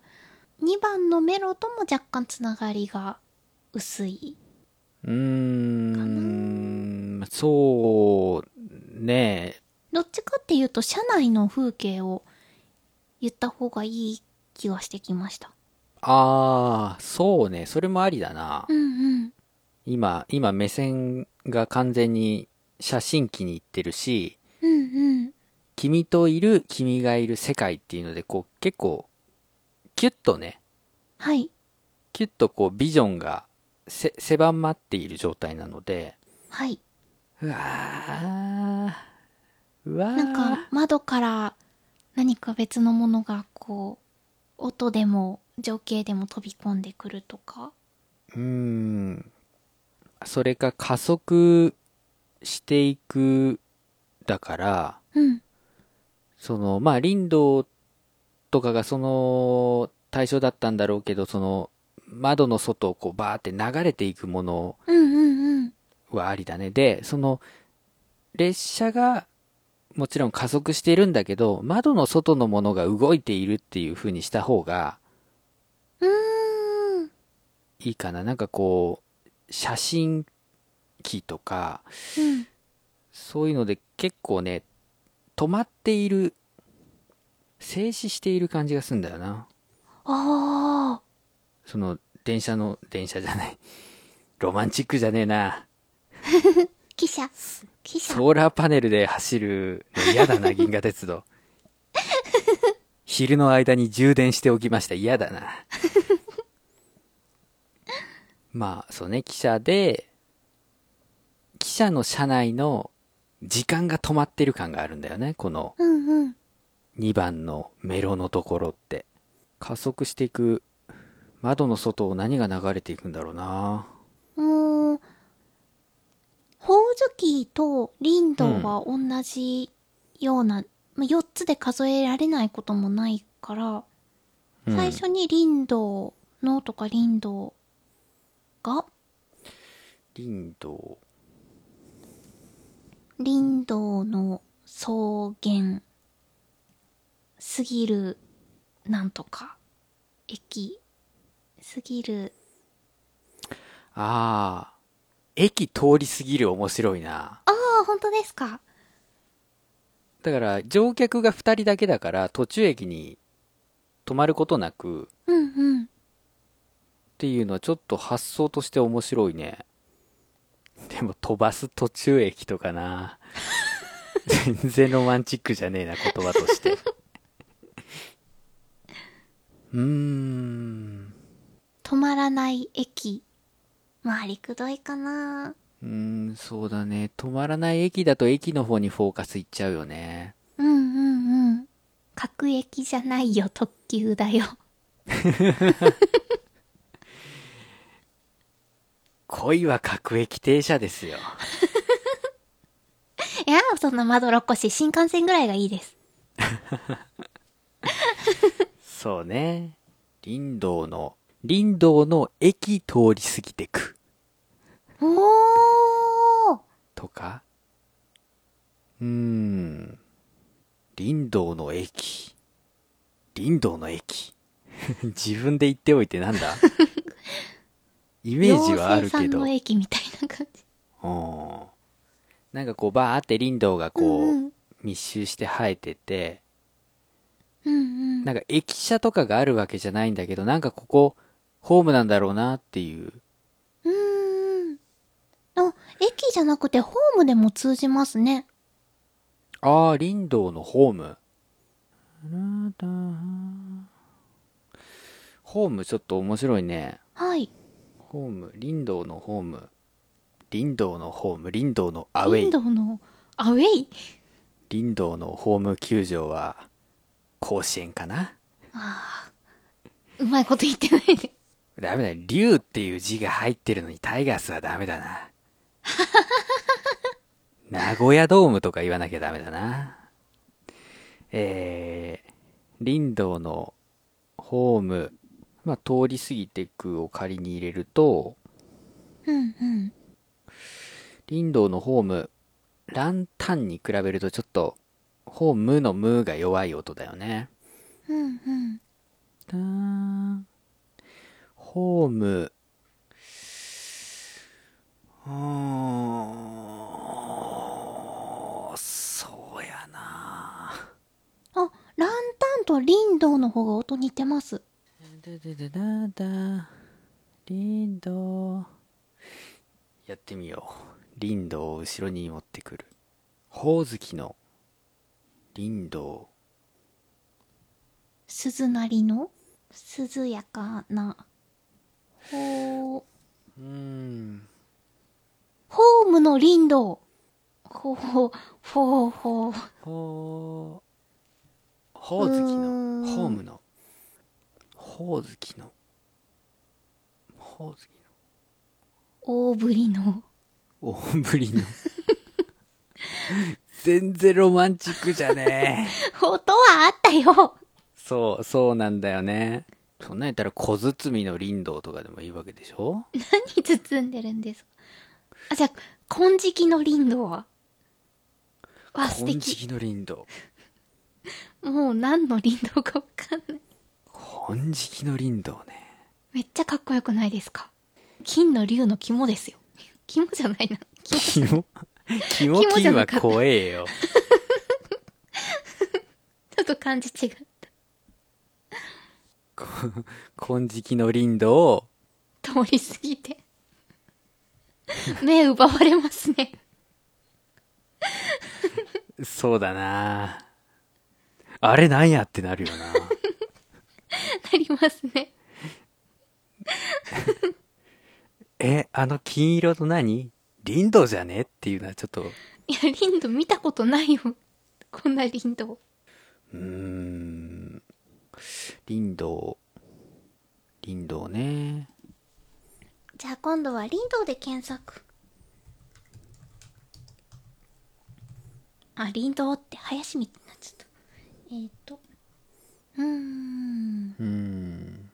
2番のメロとも若干つながりが薄い。
うーん、そう、ねえ
どっちかっていうと、車内の風景を言った方がいい気がしてきました。
ああ、そうね。それもありだな。
うんうん。
今、今目線が完全に写真機に行ってるし、
うんうん。
君といる、君がいる世界っていうので、こう結構、キュッとね、
はい。
キュッとこうビジョンがせ狭まっている状態なので、
はい。
うわー、うわー。
なんか窓から何か別のものがこう音でも情景でも飛び込んでくるとか
うーん。それか加速していく、だから、
うん
その、まあ、林道とかがその対象だったんだろうけど、その、窓の外をこうバーって流れていくもの
うんうんうん
はありだね。で、その、列車が、もちろん加速しているんだけど、窓の外のものが動いているっていう風にした方が
うーん
いいかな。なんかこう、写真機とか、
うん
そういうので結構ね、止まっている、静止している感じがするんだよな。
ああ
その、電車の、電車じゃない。 ロマンチックじゃねえな。
汽車汽車
ソーラーパネルで走るの嫌だな、銀河鉄道。昼の間に充電しておきました。嫌だな。まあ、そうね、汽車で、汽車の車内の時間が止まってる感があるんだよね。この
うんうん
2番のメロのところって。加速していく窓の外を何が流れていくんだろうな。
うーんほおずきと林道は同じような、まあ、4つで数えられないこともないから
うん
最初に林道のとか林道が
林道
林道の草原すぎるなんとか駅すぎる
ああ駅通り過ぎる面白いな
ああ本当ですか
だから乗客が2人だけだから途中駅に止まることなくっ
うんうん
ていうのはちょっと発想として面白いねでも飛ばす途中駅とかな全然ロマンチックじゃねえな言葉としてうーん
止まらない駅周りくどいかな
ううーん、そうだね。止まらない駅だと駅の方にフォーカスいっちゃうよね。
うんうんうん。各駅じゃないよ、特急だよ。
恋は各駅停車ですよ。
いやー、そんなまどろっこしい、新幹線ぐらいがいいです。
そうね。林道の、林道の駅通り過ぎてく。
おー
とか。うーん。林道の駅。林道の駅。 自分で言っておいてなん だイメージはあるけ
妖精さん
ど。
の駅みたいな感じ。
うんなんかこうバーって林道がこう、
うんうん
密集して生えてて、
うんうん。
なんか駅舎とかがあるわけじゃないんだけど、なんかここ、ホームなんだろうなっていう。
うーん。あ、駅じゃなくてホームでも通じますね。
ああ、林道のホーム。ホームちょっと面白いね。
はい。
ホーム、林道のホーム。林道のホーム、林道のアウ
イ
ェ
ン
イ。
ドのアウェイ
林道のホーム球場は、甲子園かな
うまいこと言ってないで。
ダメだ、竜っていう字が入ってるのにタイガースはダメだな。名古屋ドームとか言わなきゃダメだな。えー、林道のホーム、まあ、通り過ぎてくを仮に入れると、
うんうん。
林道のホーム、ランタンに比べるとちょっと、ホームのムーが弱い音だよね。
うんうん。
たーんホーム。うーん。そうやな。
あ、ランタンとリンドの方が音似てます。
だだだだだ。リンド。やってみよう。リンドを後ろに持ってくる。ほおずきの。リンド。
鈴なりの涼やかな。ほー、
うーん。
ホームの林道。ほほ、ほうほう。
ほう、ほおずき
うーん
の、ホームの、ほおずきの、ほおずき
大ぶりの。
の、大ぶ りの。全然ロマンチックじゃねえ。
音はあったよ。
そう、そうなんだよね。そんなんやったら小包みの林道とかでもいいわけでしょ
何包んでるんですかあ、じゃあ、金色の林道は。わ、素
金
敵。
色の林道。
もう何の林道かわかんない。
金色の林道ね。
めっちゃかっこよくないですか金の竜の肝ですよ。肝じゃないな。
キモ、キモ
肝じ
キ
ゃ
ン
な
は
かった
怖え よ。
ちょっと漢字違った。
金色の林道を、
通り過ぎて。目奪われますね。
そうだなあれなんやってなるよ な
なりますね。
え、あの金色の何林道じゃねっていうのはちょっと、う
いや、林道見たことないよ。こんな林道。
ーん、林道、林道ね。
じゃあ今度は林道で検索。あ、林道って林みたいになっちゃった。えー、っと。うーん。
うーん、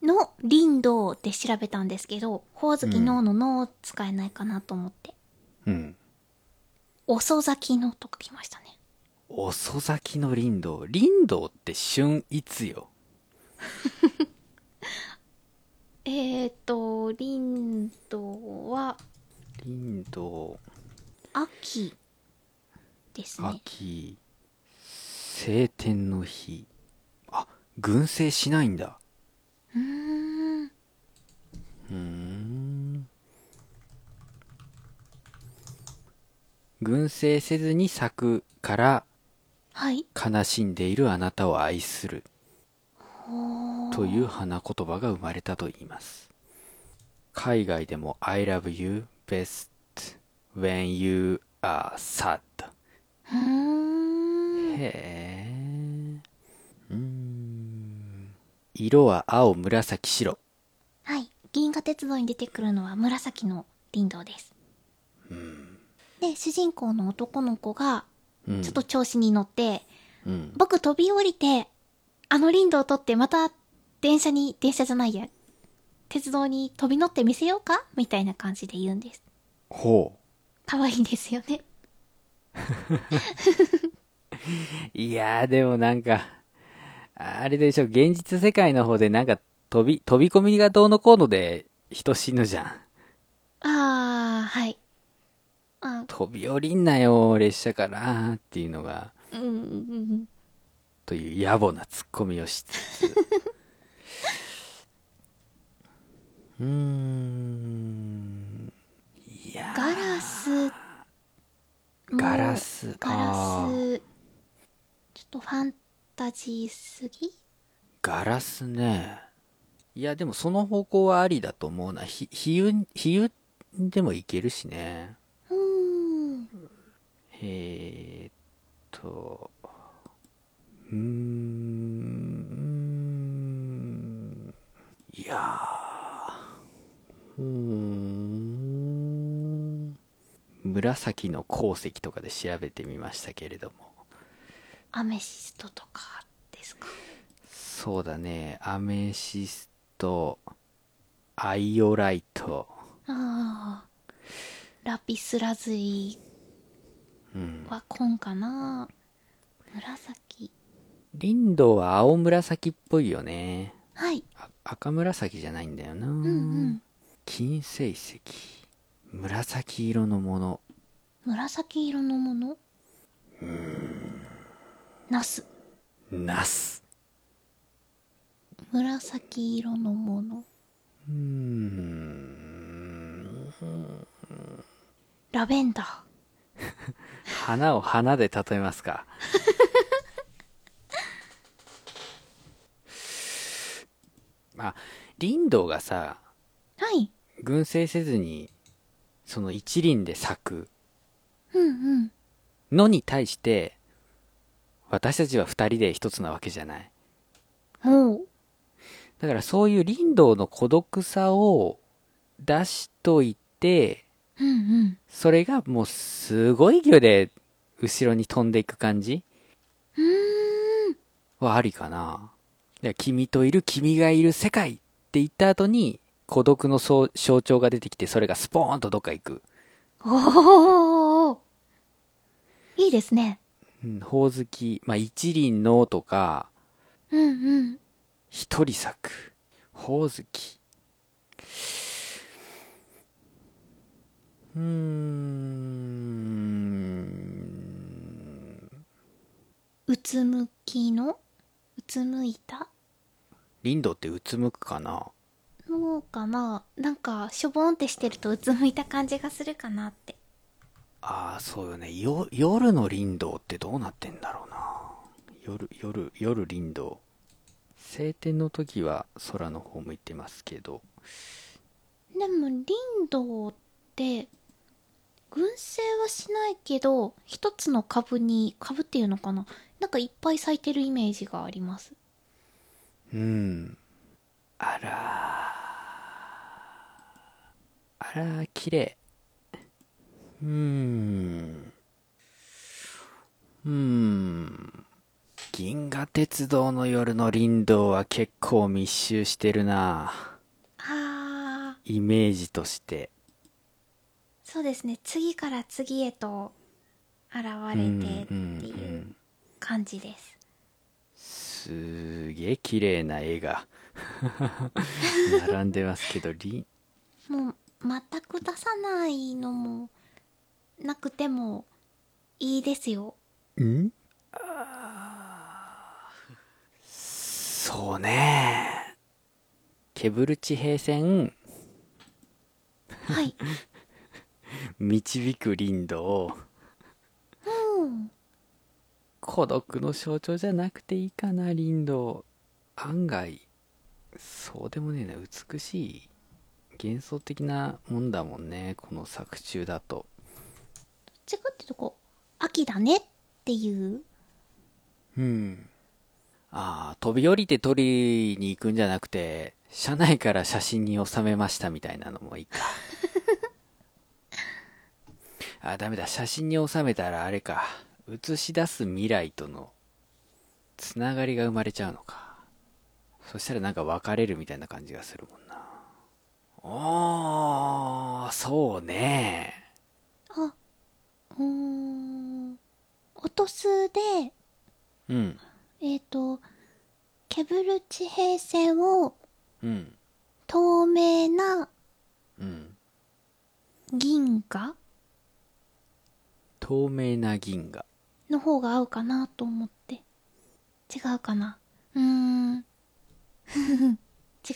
の林道で調べたんですけど、ほおずきののの使えないかなと思って。
うん。
遅咲きのとか来ましたね。
遅咲きの林道。林道って旬いつよ
えー、っと、林道は
林道、
秋ですね。
秋、晴天の日。あ、群生しないんだ。
うーん。
うーん群生せずに咲くから
はい。
悲しんでいるあなたを愛する
おー
という花言葉が生まれたと言います海外でも I love you best when you are sad
うーん。
へえうーん色は青紫白
はい。銀河鉄道に出てくるのは紫の林道です。で、主人公の男の子が、
うん
ちょっと調子に乗って、
うん
僕飛び降りて、あの林道を取ってまた電車に、電車じゃないや、鉄道に飛び乗ってみせようかみたいな感じで言うんです。
ほう
可愛いですよね。
いやーでもなんか、あれでしょ、現実世界の方でなんか飛び、飛び込みがどうのこうので人死ぬじゃん。
あー、はい。あ
飛び降りんなよ、列車から、っていうのが、
うん、うんうん、
という野暮なツッコミをしつつ。 うーん。いや
ガラス。
ガラス
ガラ
あ
ス。ちょっとファンタジーすぎ
ガラスね。いや、でもその方向はありだと思うな。ひ、比喩、比喩でもいけるしね。
うーん。
えーっと、うーん、いやー、うーん、紫の鉱石とかで調べてみましたけれども、
アメシストとかですか
そうだね、アメシスト、アイオライト、
あーラピスラズリ
うん、
は紺かな紫。
リンドウは青紫っぽいよね。
はい。
あ赤紫じゃないんだよな。
うんうん。
金星石紫色のもの
紫色のものナス。
ナス
紫色のもの。
うーん
ラベンダー。
花を花で例えますか まあ林道がさ
はい。
群生せずにその一輪で咲く
うんうん。
のに対して私たちは二人で一つなわけじゃない
もう。
だからそういう林道の孤独さを出しといて
うんうん。
それがもうすごい勢いで後ろに飛んでいく感じ
うーん。
はありかな。で君といる君がいる世界って言った後に孤独のそう象徴が出てきてそれがスポーンとどっか行く。
おおいいですね。
うん、ほおずき、まあ、一輪のとか、
うんうん。
一人咲く。ほおずき。うーん。
うつむきの、うつむいた
林道ってうつむくかな
のかななんか、しょぼんってしてるとうつむいた感じがするかなって。
ああ、そうよね。よ、夜の林道ってどうなってんだろうな。夜、夜、夜林道。晴天の時は空の方向いてますけど。
でも、林道って、群生はしないけど、一つの株に、株っていうのかななんかいっぱい咲いてるイメージがあります。
うん。あらー。あらー、綺麗。うーん。うーん。銀河鉄道の夜の林道は結構密集してるな。
あー、
イメージとして。
そうですね。次から次へと、現れてっていう感じです。
すげえ綺麗な絵が並んでますけどり
もう全く出さないのもなくてもいいですよ。
んそうねケブル地平線
はい。
導く林道
うん。
孤独の象徴じゃなくていいかな林道案外そうでもねえな美しい幻想的なもんだもんねこの作中だと
っちかっていうとこう、秋だねっていう。
うんああ飛び降りて撮りに行くんじゃなくて車内から写真に収めましたみたいなのもいい かあーダメだ写真に収めたらあれか映し出す未来とのつながりが生まれちゃうのかそしたらなんか別れるみたいな感じがするもんなおーそうね
あ、うーん。落とすで、
うん
えっ、と、ケブル地平線を
うん
透明な
うん
銀河
透明な銀河
の方が合うかなと思って。違うかなうーん。 違う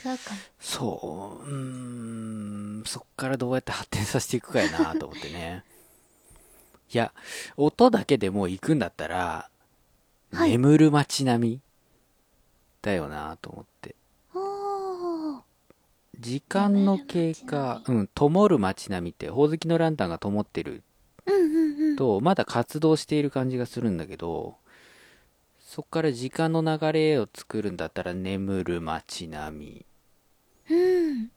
かな。
そう、うーん、そっからどうやって発展させていくかやなと思ってね。 いや、音だけでもう行くんだったら、
はい
眠る街並みだよなと思って。
おー。
時間の経過、うん、灯る街並みって、宝石のランタンが灯ってる
うんうんうん。
と、まだ活動している感じがするんだけど、そっから時間の流れを作るんだったら、眠る街並み。
うん。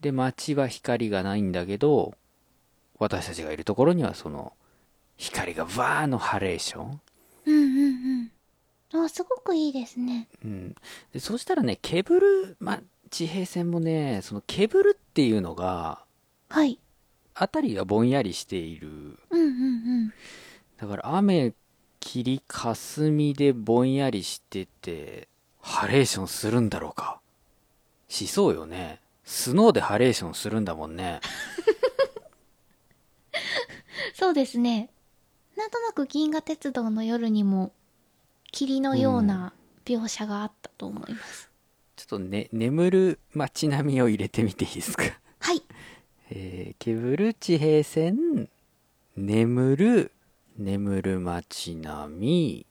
で街は光がないんだけど私たちがいるところにはその光がバーのハレーション、
うんうんうん。あ、すごくいいですね。
うん、でそうしたらねケブル、ま、地平線もねそのケブルっていうのが
はい。
辺りがぼんやりしている
うんうん
だから雨霧霞でぼんやりしててハレーションするんだろうかしそうよねスノーでハレーションするんだもんね
うん。そうですね。なんとなく銀河鉄道の夜にも、霧のような描写があったと思います。
ちょっとね眠る街並みを入れてみていいですか
はい。
えー、ケブル地平線、眠る、眠る街並み、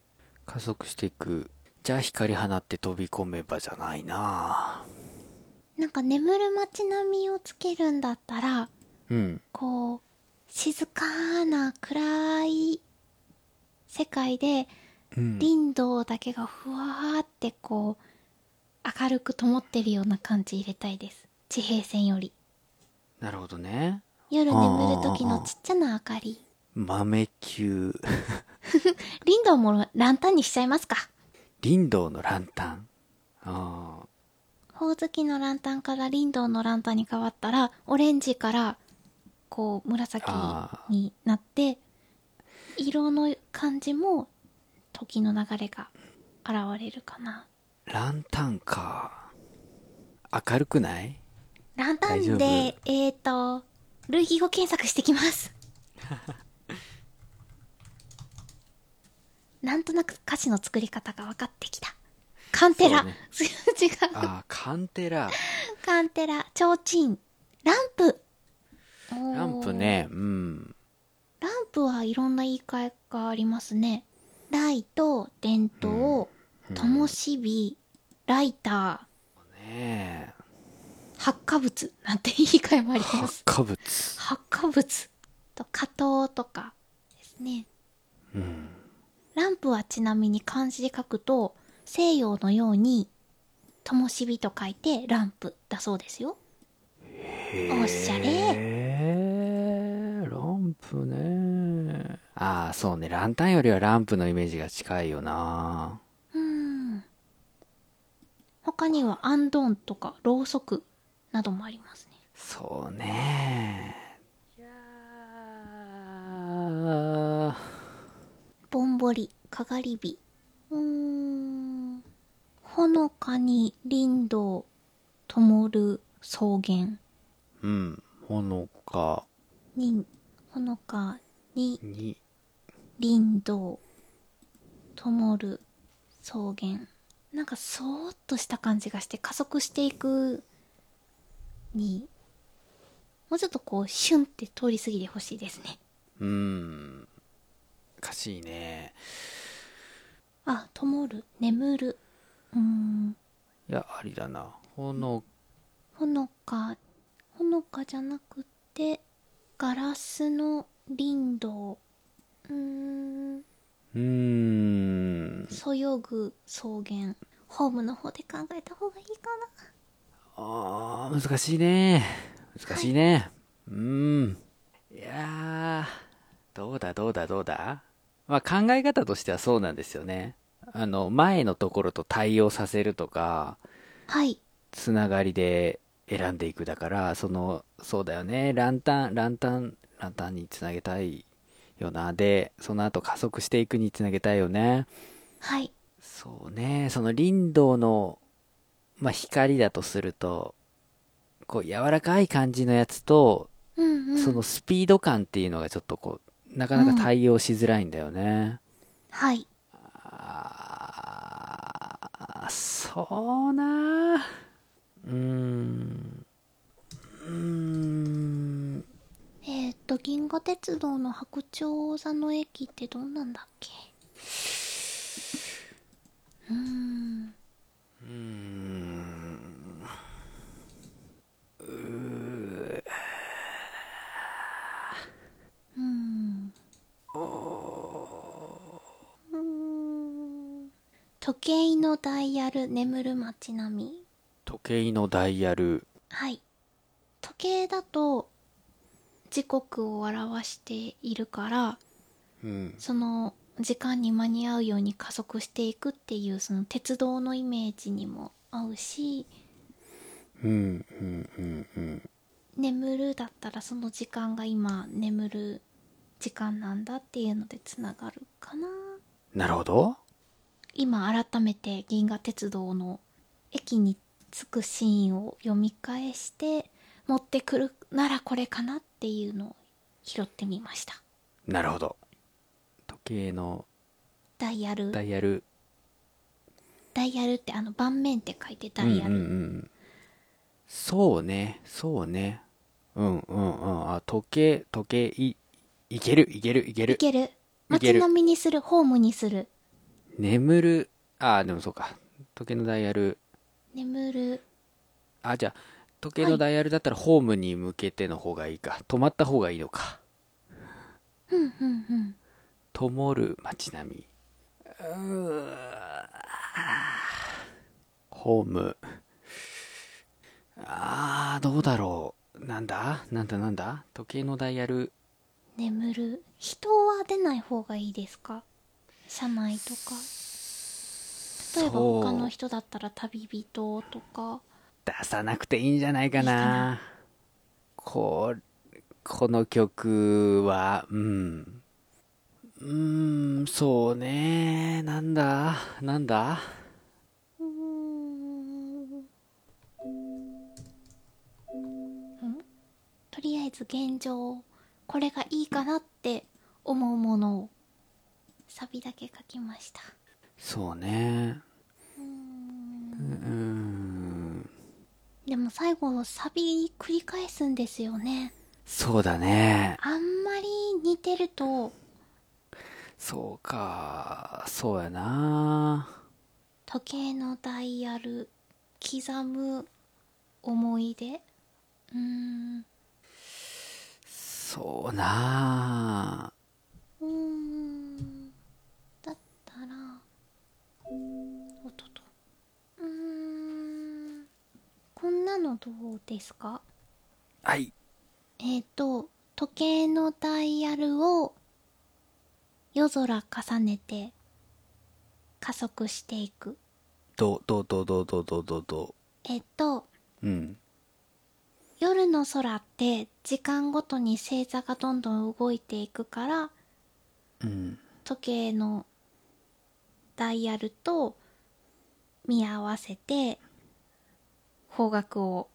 加速していく。じゃあ光放って飛び込めばじゃないな
なんか眠る街並みをつけるんだったら、
うん。
こう、静かな暗い世界で、
うん。
林道だけがふわーってこう、明るく灯ってるような感じ入れたいです。地平線より。
なるほどね。
夜眠
あーあ
る時
ーあ
の
ー
ちっちゃな明かり。
豆球。
リンドウもランタンにしちゃいますか。
林道のランタン。ああ。
ほおずきのランタンからリンドウのランタンに変わったら、オレンジから、こう、紫
あー
になって、色の感じも、時の流れが現れるかな。
ランタンか。明るくない
ランタ
大丈
ン
夫
で、えーと、類義語検索して きます。なんとなく歌詞の作り方が分かってきた。カンテラ。
そうね
違う。
ああ、カンテラ。
カンテラ、ちょうちん、ランプ。ラ
ランプ。ね。うん。
ランプはいろんな言い換えがありますね。ライト、電灯、灯火、ライタ
ねえ。
ー、発火物なんて言い換えもあります
発。火物。
発火物と火灯とかですね。
うん。
ランプはちなみに漢字で書くと、西洋のように、灯火と書いてランプだそうですよ。おしゃれ。
へーランプねああそうねランタンよりはランプのイメージが近いよな
うん。他にはアンドンとかろうそくなどもありますね。
そうねいやー
ぼんぼり、かがり火。うーん。ほのかに林道、ともる草原。
うんほのか
に、ほのかに
に
林道、ともる草原。なんかそーっとした感じがして加速していくに、もうちょっとこう、シュンって通り過ぎてほしいですね。
うんおかしいね
あ、ともる、眠る。うーん、
いやありだなほの
ほのかほのかじゃなくて、ガラスの林道。うーん、
うーん。
そよぐ草原。ホームの方で考えた方がいいかな。
あー難しいね。難しいね。うーん。いやー、どうだどうだどうだまあ考え方としてはそうなんですよね。あの、前のところと対応させるとか、
はい。
つながりで選んでいくだから、その、そうだよね、ランタン、ランタン、ランタンにつなげたいよな。で、その後加速していくにつなげたいよね。
はい。
そうね、その林道の、まあ、光だとすると、こう柔らかい感じのやつと、
うんうん。
そのスピード感っていうのがちょっとこう、なかなか対応しづらいんだよね。
はい。
あーそうなーうーん。うーん。
えっ、と、銀河鉄道の白鳥座の駅ってどんなんだっけうーん。うーん。うーん。時計のダイヤル眠る街並み。
時計のダイヤル。
はい。時計だと時刻を表しているから、
うん。
その時間に間に合うように加速していくっていうその鉄道のイメージにも合うし、
うん、うん、うん、うん。
眠るだったらその時間が今眠る時間なんだっていうのでつながるかな。
なるほど。
今改めて銀河鉄道の駅に着くシーンを読み返して持ってくるならこれかなっていうのを拾ってみました
なるほど。時計の
ダイヤル
ダイヤル。
ダイヤルってあの盤面って書いてダイヤル、
うんうんうん、そうね、そうね。うんうんうん。あ、時計、時計、い、いける、いける、いけ
い
る。
ける
いけ
街
る
並みにするホームにする
眠る、あ、でもそうか。時計のダイヤル。
眠る
あ、じゃあ、時計のダイヤルだったらホームに向けての方がいいか。止まった方がいいのか。
うんうんうん
灯る街並み。ホーム。あー、どうだろう。なんだなんだなんだ時計のダイヤル。
眠る人は出ない方がいいですか車内とか例えば
そう
他の人だったら旅人とか
出さなくていいんじゃないか
いいか
な
な。
こう、この曲は、うん。うーん、そうね。なんだなんだ
うーんうんとりあえず現状これがいいかなって思うものをサビだけ書きました
そうね。
うー
うんーん。
でも最後サビ繰り返すんですよね
そうだね。
あんまり似てると
そうか。そうやな。
時計のダイヤル刻む思い出うーん
そうな。
うーんだったらおっとっとうーんこんなのどうですか
はい。
えっ、と時計のダイヤルを夜空重ねて加速していく
ど、ど、ど、ど、ど、ど、ど、ど。
えっ、と
うん。
夜の空って時間ごとに星座がどんどん動いていくから
うん。
時計のダイヤルと見合わせて方角を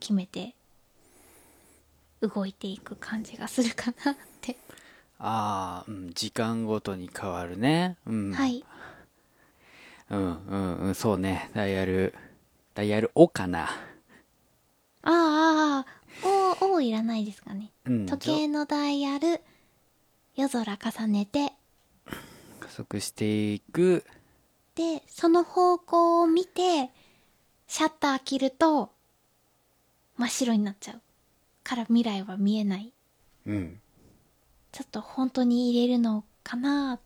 決めて動いていく感じがするかなって、
ああ、うん、時間ごとに変わるね。うん。
はい
うんうんうん、そうね。ダイヤル、ダイヤルおかな。
ああああおおいらないですかね
うん。
時計のダイヤル夜空重ねて
加速していく。
でその方向を見てシャッター切ると真っ白になっちゃうから未来は見えない
うん。
ちょっと本当に入れるのかなっ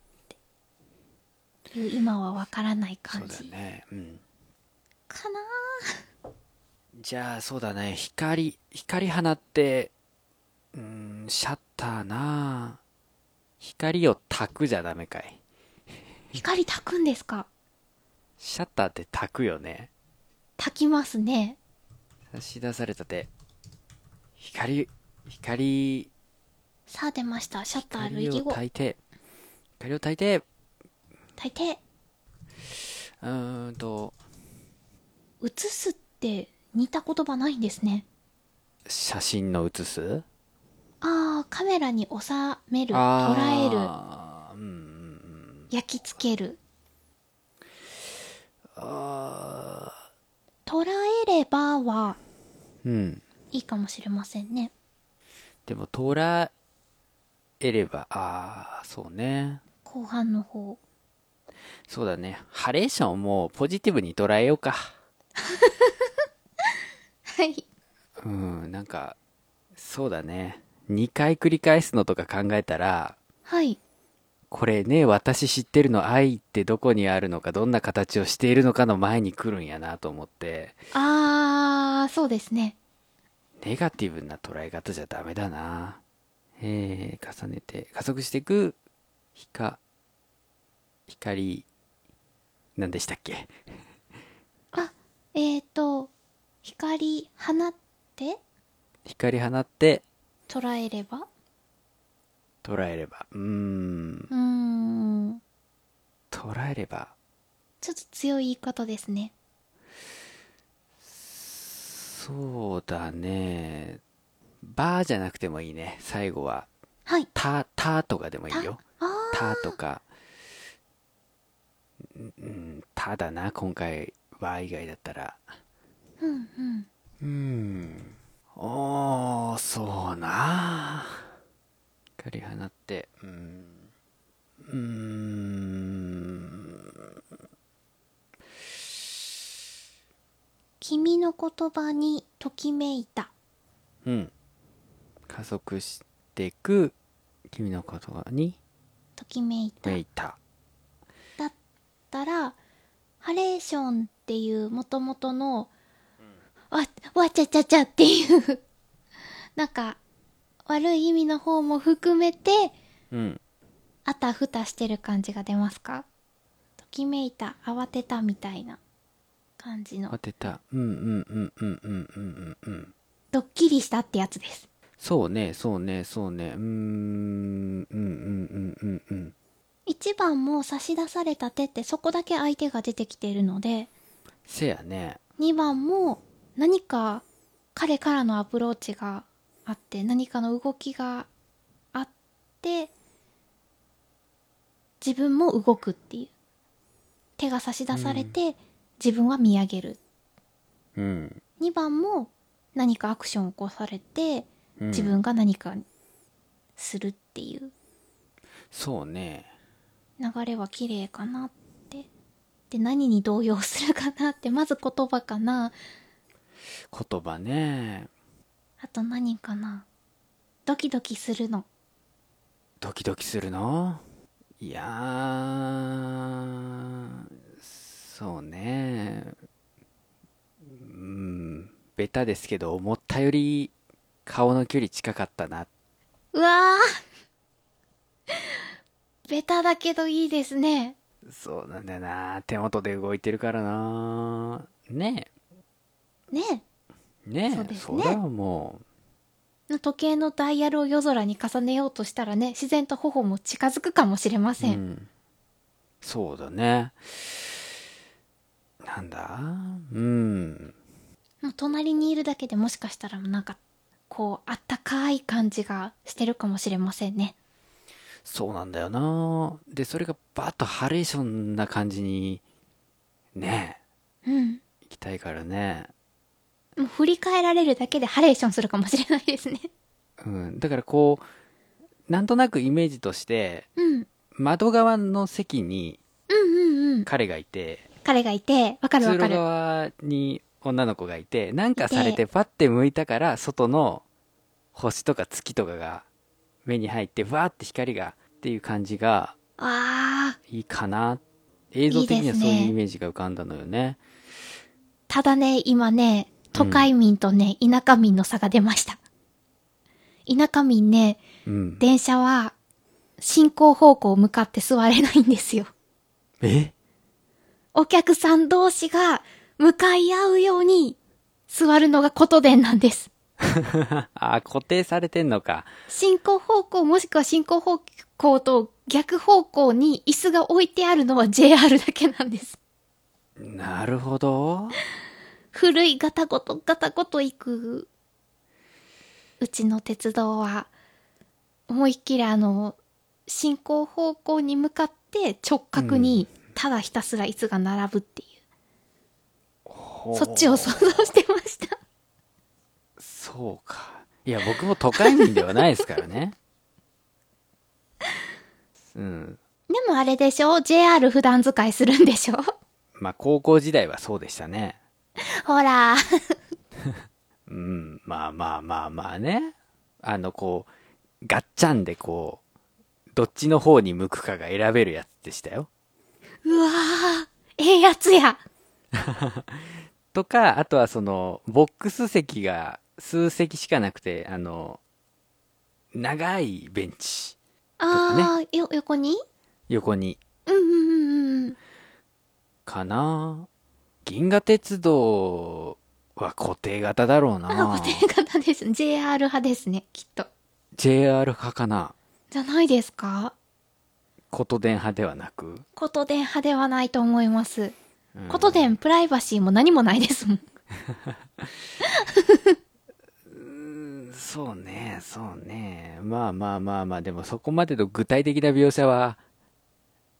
ていう今はわからない
そう
感
だよ
じ
ね。うん。
かな
じゃあ、そうだね。光、光放って、うん、シャッターなあ光を焚くじゃダメかい。
光炊くんですか
シャッターって焚くよね。
炊きますね
差し出された手。光、光、
さあ出ましたシャッターの
光
息
を
を
焚いて、光を焚いて、
炊いて
うーんと、
写すって似た言葉ないんですね
写真の写す
ああカメラに収める
あ
捉える
ーうんうんうん。
焼き付ける
あ
捉えればは
ーうん。
いいかもしれませんね
でも、捉えれば、ああ、そうね。
後半の方
そうだね。ハレーションをもうポジティブに捉えようか。
はい
うん、なんか、そうだね。2回繰り返すのとか考えたら、
はい
これね、私知ってるの愛ってどこにあるのか、どんな形をしているのかの前に来るんやなと思って、
ああそうですね
ネガティブな捉え方じゃダメだな。えー、重ねて、加速していく、ひか、光、何でしたっけ
あえっ、ー、と光放って
光放って
捉えれば
捉えれば。うーん、
うーん
捉えれば。
ちょっと強い言い方ですね
そうだね。バーじゃなくてもいいね。最後は。
はい
た、たとかでもいいよ。
あ
たとか。うん、ただな、今回は以外だったら。
ーうんうん
うん。おー、そうな。光放って、うん。うーん。
君の言葉にときめいた
うん。加速していく、君の言葉に、
ときめいた
めいた。
だったらハレーションっていうもともとのわわちゃちゃちゃっていう なんか悪い意味の方も含めて
うん。
あたふたしてる感じが出ますかときめいた慌てたみたいな感じ
当
の
てた。うんうんうんうんうんうんうんうん。
ドッキリしたってやつです
そうね、そうね、そうね。うーん、うんうんうんうんうん。
一番も差し出された手ってそこだけ相手が出てきているので
せやね。
2番も何か彼からのアプローチがあって何かの動きがあって自分も動くっていう手が差し出されて、自分は見上げる
うん。
2番も何かアクションを起こされて
うん
自分が何かするっていう
そうね。
流れは綺麗かなってで何に動揺するかなってまず言葉かな
言葉ね。
あと何かなドキドキするの
ドキドキするのいやー、そうね。うん、ベタですけど、思ったより顔の距離近かったな。
うわーベタだけどいいですね
そうなんだよな。手元で動いてるからな。ね
ね
え。ねえ。
そうですね
だよ、もう。
え時計のダイヤルを夜空に重ねようとしたらね自然と頬も近づくかもしれませ
う
ん、
ん、そうだねなんだうん
もう隣にいるだけでもしかしたらなんかこうあったかい感じがしてるかもしれませんね
そうなんだよなでそれがバッとハレーションな感じにね
うん
え行きたいからね
もう振り返られるだけでハレーションするかもしれないですね
うんだからこうなんとなくイメージとして
うん
窓側の席に
うんうんうん
彼がいて
彼がいてわかる
通
わ
路
かる
側に女の子がいてなんかされてパッて向いたから外の星とか月とかが目に入ってわーって光がっていう感じが
あー、
いいかな映像的にはそういうイメージが浮かんだのよね
ただね、今ね、都会民とね、田舎民の差が出ました。田舎民ね、
うん
電車は進行方向向かって座れないんですよ。
え
お客さん同士が向かい合うように座るのがことでんなんです。
あ固定されてんのか
進行方向もしくは進行方向と逆方向に椅子が置いてあるのは JR だけなんです。
なるほど
古いガタゴトガタゴト行く。うちの鉄道は思いっきりあの進行方向に向かって直角にただひたすら椅子が並ぶっていう。 そっちを想像してました。
そうかいや僕も都会民ではないですからね うん
でもあれでしょ ?JR 普段使いするんでしょ
まあ高校時代はそうでしたね
ほら。
うん、まあまあまあまあね。あの、こう、ガッチャンでこう、どっちの方に向くかが選べるやつでしたよ。
うわー。ええやつや。
とか、あとはその、ボックス席が数席しかなくて、あの、長いベンチ、
あー、よ、横に
横に、
うんうんうんうん。
かな。銀河鉄道は固定型だろう
あ、
な
固。定型です。JR 派ですね、きっと。
JR 派かな。
じゃないですか
こと電派ではなく。
ことでん派ではないと思います。
うん
ことでんプライバシーも何もないですもん。
そうね、そうね。まあまあまあまあ、でもそこまでの具体的な描写は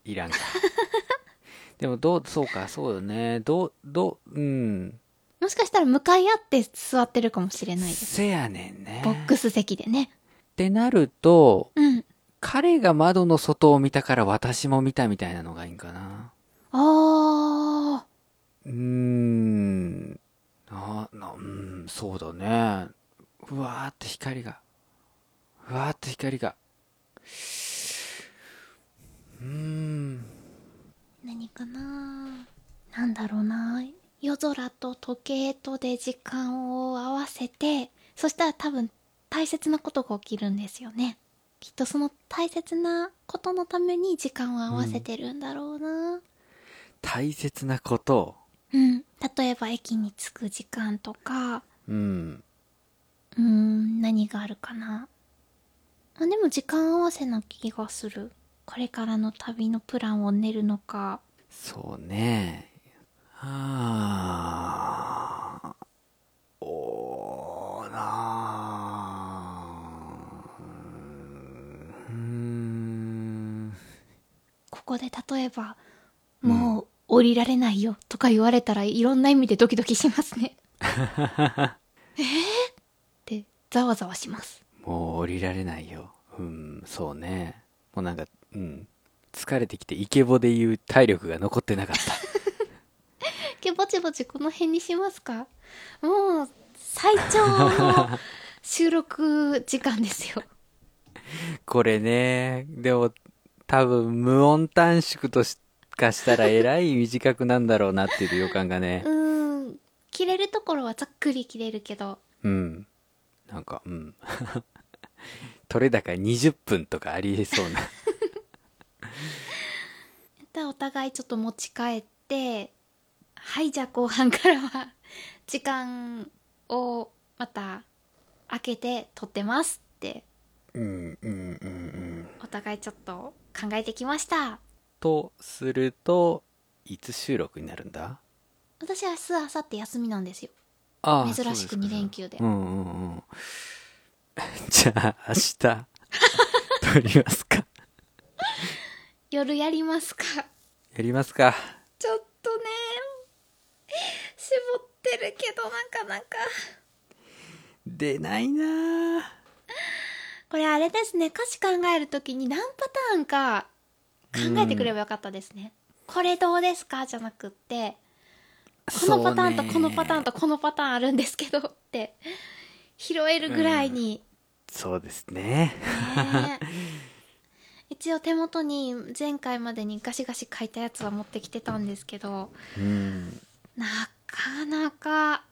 い らんか。でもどう、そうか、そうよね。どう、どう、うん。
もしかしたら向かい合って座ってるかもしれないです。
せやねんね。
ボックス席で
っ
ね。
てなると、
うん。
彼が窓の外を見たから私も見たみたいなのがいいんかな。
あ
うーん。な、な、うん、そうだね。うわーって光が。うわーって光が。うーん。
ー。何かななんだろうな夜空と時計とで時間を合わせて、そしたら多分大切なことが起きるんですよね。きっとその大切なことのために時間を合わせてるんだろうな、
大切なこと。
うん。例えば駅に着く時間とか、
うん。
うーん、何があるかな。あ、でも時間合わせな気がする。これからの旅のプランを練るのか。
そうね。はあ。おーなあ。うーん。
ここで例えば、もう降りられないよとか言われたらいろんな意味でドキドキしますね。えー、ってざわざわします。
もう降りられないよ。うん、そうね。もうなんか、うん。疲れてきてイケボで言う体力が残ってなかった。
けぼちぼちこの辺にしますかもう最長の収録時間ですよ。
これね、でも多分無音短縮としかしたらえらい短くなんだろうなっていう予感がね
う。ーん。切れるところはざっくり切れるけど、
うん。なんか、うん。 取れ高20分とかありえそうな。
でお互いちょっと持ち帰ってはいじゃあ後半からは時間をまた開けて撮ってますって
うん、うん、うん、うん。
お互いちょっと考えてきました
とすると、いつ収録になるんだ
私は明日明後日休みなんですよ
ああ
珍しく
そうですか
2連休で
うんうん うん。じゃあ、明 日、撮りますか。
夜やりますか
やりますか。
ちょっとね絞ってるけどなかなか
出ないなあ
これあれですね歌詞考えるときに何パターンか考えてくればよかったですね、これどうですかじゃなくってこのパターンとこのパターン
と。
とこのパターンあるんですけどって、拾えるぐらいに、
そうですね。
ね え一応手元に前回までにガシガシ書いたやつは持ってきてたんですけど、
うん。
なかなか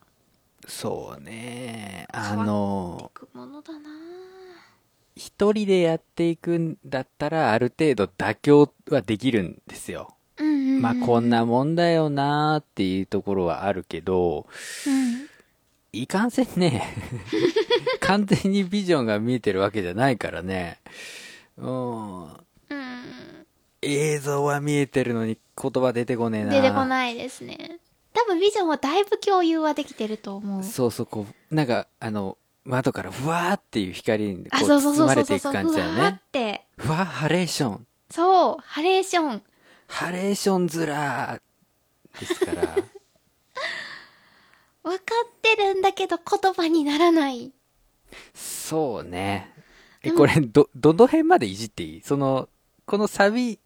そうね。あ
変わっ
の、
くものだなぁ
一人でやっていくんだったら、ある程度妥協はできるんですよ。
うんうんうん。
まあ、こんなもんだよなーっていうところはあるけど、
うん。
いかんせんね、完全にビジョンが見えてるわけじゃないからね。うん。
うん。
映像は見えてるのに言葉出てこねえな。
出てこないですね。多分ビジョンはだいぶ共有はできてると思う。
そうそう、こう、なんか、あの、窓からふわーっていう光にこ
あ、
う
そうそう
包
そう
ま
そ
れ
う
て
そう
い
そ
く
う。
感じだよ
ふわーっ
ね。
て。
ふわ、ハレーション。
そう、ハレーション。
ハレーションずらーですから。
わかってるんだけど言葉にならない。
そうね。え、
でも
これ、ど、どの辺までいじっていいその、このサビ、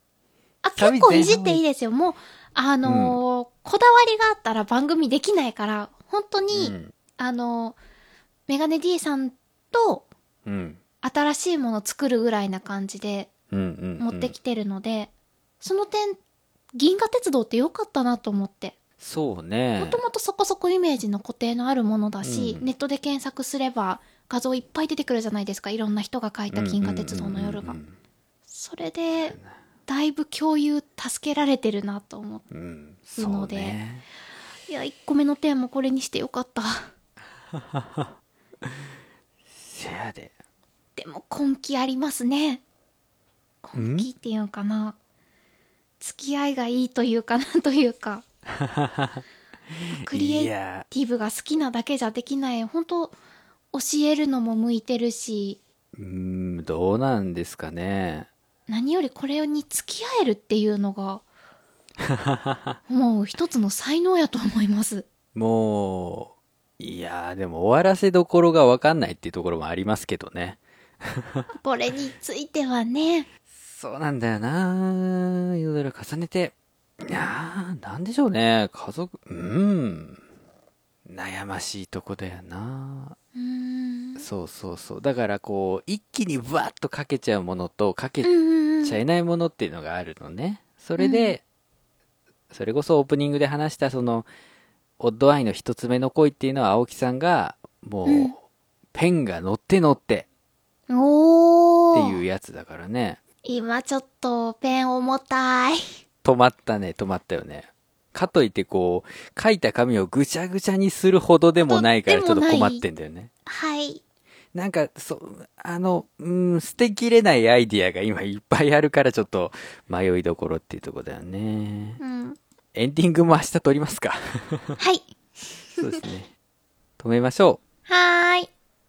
あ、
サビ
結構
前半
いじっていいですよ。もう、あのーこだわりがあったら番組できないから、本当に、
うん。
あのーメガネ D さんと
うん。
新しいものを作るぐらいな感じで
うんうん、うん。
持ってきてるので、その点、銀河鉄道って良かったなと思って。
そうね。
もともとそこそこイメージの固定のあるものだし、
うん
ネットで検索すれば画像いっぱい出てくるじゃないですか。いろんな人が書いた銀河鉄道の夜が
うんう。ん
それで、だいぶ共有助けられてるなと思って。
うんうんうんそうね
いや、1個目のテーマこれにしてよかった。
せやで
でも根気ありますね。根気っていうのかな。付き合いがいいというかなんと いうか。クリ
い
エイテ
や
ィブが好きなだけじゃできない。本当教えるのも向いてるし、
うーんどうなんですかね
何よりこれに付き合えるっていうのが、もう一つの才能やと思います。
もういやーでも終わらせどころが分かんないっていうところもありますけどね
これについてはね。
そうなんだよなーいろいろ重ねていやーなんでしょうね家族うーん悩ましいとこだよな
うーん。
そうそうそうだからこう一気にブワッとかけちゃうものとかけ
うんうんうん
ちゃいないものっていうのがあるのねそれで、それこそオープニングで話したそのオッドアイの一つ目の恋っていうのは青木さんがもう、
うん
ペンが乗って乗ってっ
お
て
ー
いうやつだからね
今ちょっとペン重たい。
止まったね止まったよねかといってこう書いた紙をぐちゃぐちゃにするほどでもないからちょ
と
っと
でもない
困ってんだよね
はい。
なんか、そう、あの、うん、捨てきれないアイディアが今いっぱいあるからちょっと迷いどころっていうとこだよね。
うん。
エンディングも明日撮りますか。
はい。
そうですね。止めましょう。
はーい。